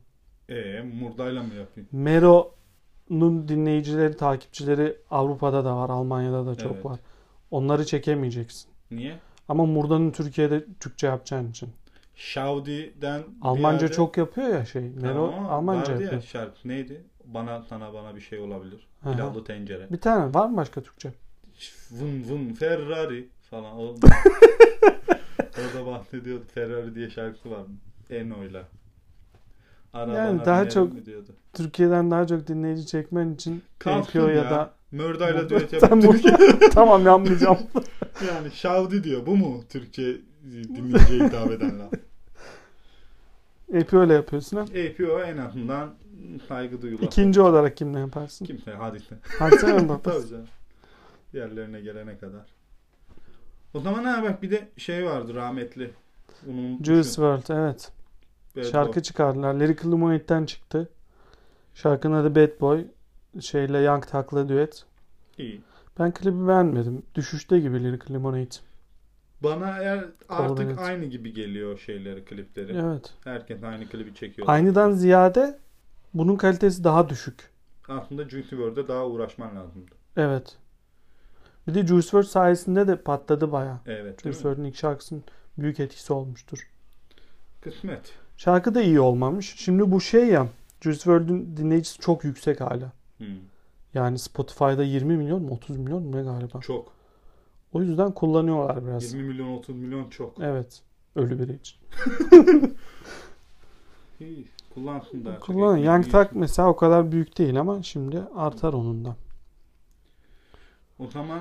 Speaker 2: Eee E, murdayla mı yapayım?
Speaker 1: Mero'nun dinleyicileri, takipçileri Avrupa'da da var, Almanya'da da çok
Speaker 2: Evet.
Speaker 1: var. Onları çekemeyeceksin.
Speaker 2: Niye?
Speaker 1: Ama Murda'nın Türkiye'de Türkçe yapacağın için.
Speaker 2: Şaudi'den bir
Speaker 1: Almanca
Speaker 2: yerde-
Speaker 1: çok yapıyor ya şey. Mero
Speaker 2: Tamam ama
Speaker 1: Almanca
Speaker 2: vardı ya
Speaker 1: yapıyor.
Speaker 2: şarkı neydi? Bana sana bana bir şey olabilir.
Speaker 1: Hı hı.
Speaker 2: Pilavlı tencere.
Speaker 1: Bir tane var mı başka Türkçe?
Speaker 2: Vın vın Ferrari falan. O, Orada bahsediyordu. Ferrari diye şarkısı var. Eno'yla. Arabana
Speaker 1: Yani daha
Speaker 2: binerim
Speaker 1: çok-
Speaker 2: mi diyordu.
Speaker 1: Türkiye'den daha çok dinleyici çekmen için
Speaker 2: Kalksın
Speaker 1: NPO ya
Speaker 2: ya.
Speaker 1: da
Speaker 2: Murda'yla
Speaker 1: Murda-
Speaker 2: düet
Speaker 1: Tamam,
Speaker 2: yapıyor.
Speaker 1: tamam yapmayacağım.
Speaker 2: yani Şavdi diyor. Bu mu Türkçe e, dinleyiciye hitap eden laf?
Speaker 1: Hep öyle yapıyorsun ha.
Speaker 2: APO E, en azından saygı duyulan.
Speaker 1: İkinci olarak kimle yaparsın?
Speaker 2: Kimse hadise.
Speaker 1: Hadise mi babası?
Speaker 2: Tabii canım. Yerlerine gelene kadar. O zaman ha bak bir de şey vardı rahmetli. Bunu unutmuşum.
Speaker 1: Juice WRLD evet.
Speaker 2: Bad Boy.
Speaker 1: Şarkı çıkardılar. Lyrical Lemonade'den çıktı. Şarkının adı Bad Boy. Şeyle Young Thug'la düet.
Speaker 2: İyi.
Speaker 1: Ben klibi beğenmedim. Düşüşte gibi Lyrical Lemonade.
Speaker 2: Bana eğer
Speaker 1: Kabul
Speaker 2: artık
Speaker 1: et.
Speaker 2: aynı gibi geliyor şeyleri, klipleri.
Speaker 1: Evet.
Speaker 2: Herkes aynı klibi çekiyor.
Speaker 1: Aynıdan ziyade bunun kalitesi daha düşük.
Speaker 2: Aslında Juicy WRLD'e daha uğraşman lazımdı.
Speaker 1: Evet. Bir de Juice WRLD sayesinde de patladı baya.
Speaker 2: Evet.
Speaker 1: Juice
Speaker 2: Değil mi?
Speaker 1: WRLD'in ilk şarkısının büyük etkisi olmuştur.
Speaker 2: Kısmet.
Speaker 1: Şarkı da iyi olmamış. Şimdi bu şey ya Juice WRLD'ün dinleyicisi çok yüksek hala.
Speaker 2: Hmm.
Speaker 1: Yani Spotify'da 20 milyon mu 30 milyon mu ne galiba.
Speaker 2: Çok.
Speaker 1: O yüzden kullanıyorlar biraz.
Speaker 2: 20 milyon 30 milyon çok.
Speaker 1: Evet. Ölü biri için.
Speaker 2: İyi. Kullansın da. artık.
Speaker 1: Kullanın.
Speaker 2: Ekmek
Speaker 1: Young
Speaker 2: iyi.
Speaker 1: Tak mesela o kadar büyük değil ama şimdi artar onun da.
Speaker 2: O zaman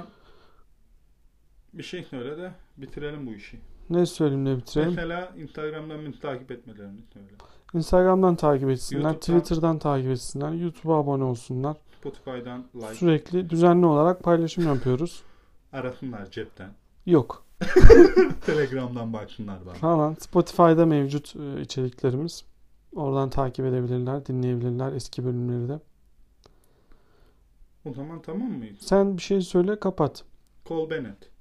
Speaker 2: bir şey söyle de bitirelim bu işi.
Speaker 1: Ne söyleyeyim ne bitireyim.
Speaker 2: Mesela Instagram'dan beni takip etmelerini söyle.
Speaker 1: Instagram'dan takip etsinler.
Speaker 2: YouTube'dan.
Speaker 1: Twitter'dan takip etsinler. YouTube'a abone olsunlar.
Speaker 2: Spotify'dan like
Speaker 1: Sürekli düzenli olarak paylaşım yapıyoruz.
Speaker 2: arasınlar cepten.
Speaker 1: Yok.
Speaker 2: Telegram'dan baksınlar bana.
Speaker 1: Falan. Spotify'da mevcut e, içeriklerimiz. Oradan takip edebilirler, dinleyebilirler eski bölümleri de.
Speaker 2: O zaman tamam mıyız?
Speaker 1: Sen bir şey söyle kapat.
Speaker 2: Cole Bennett.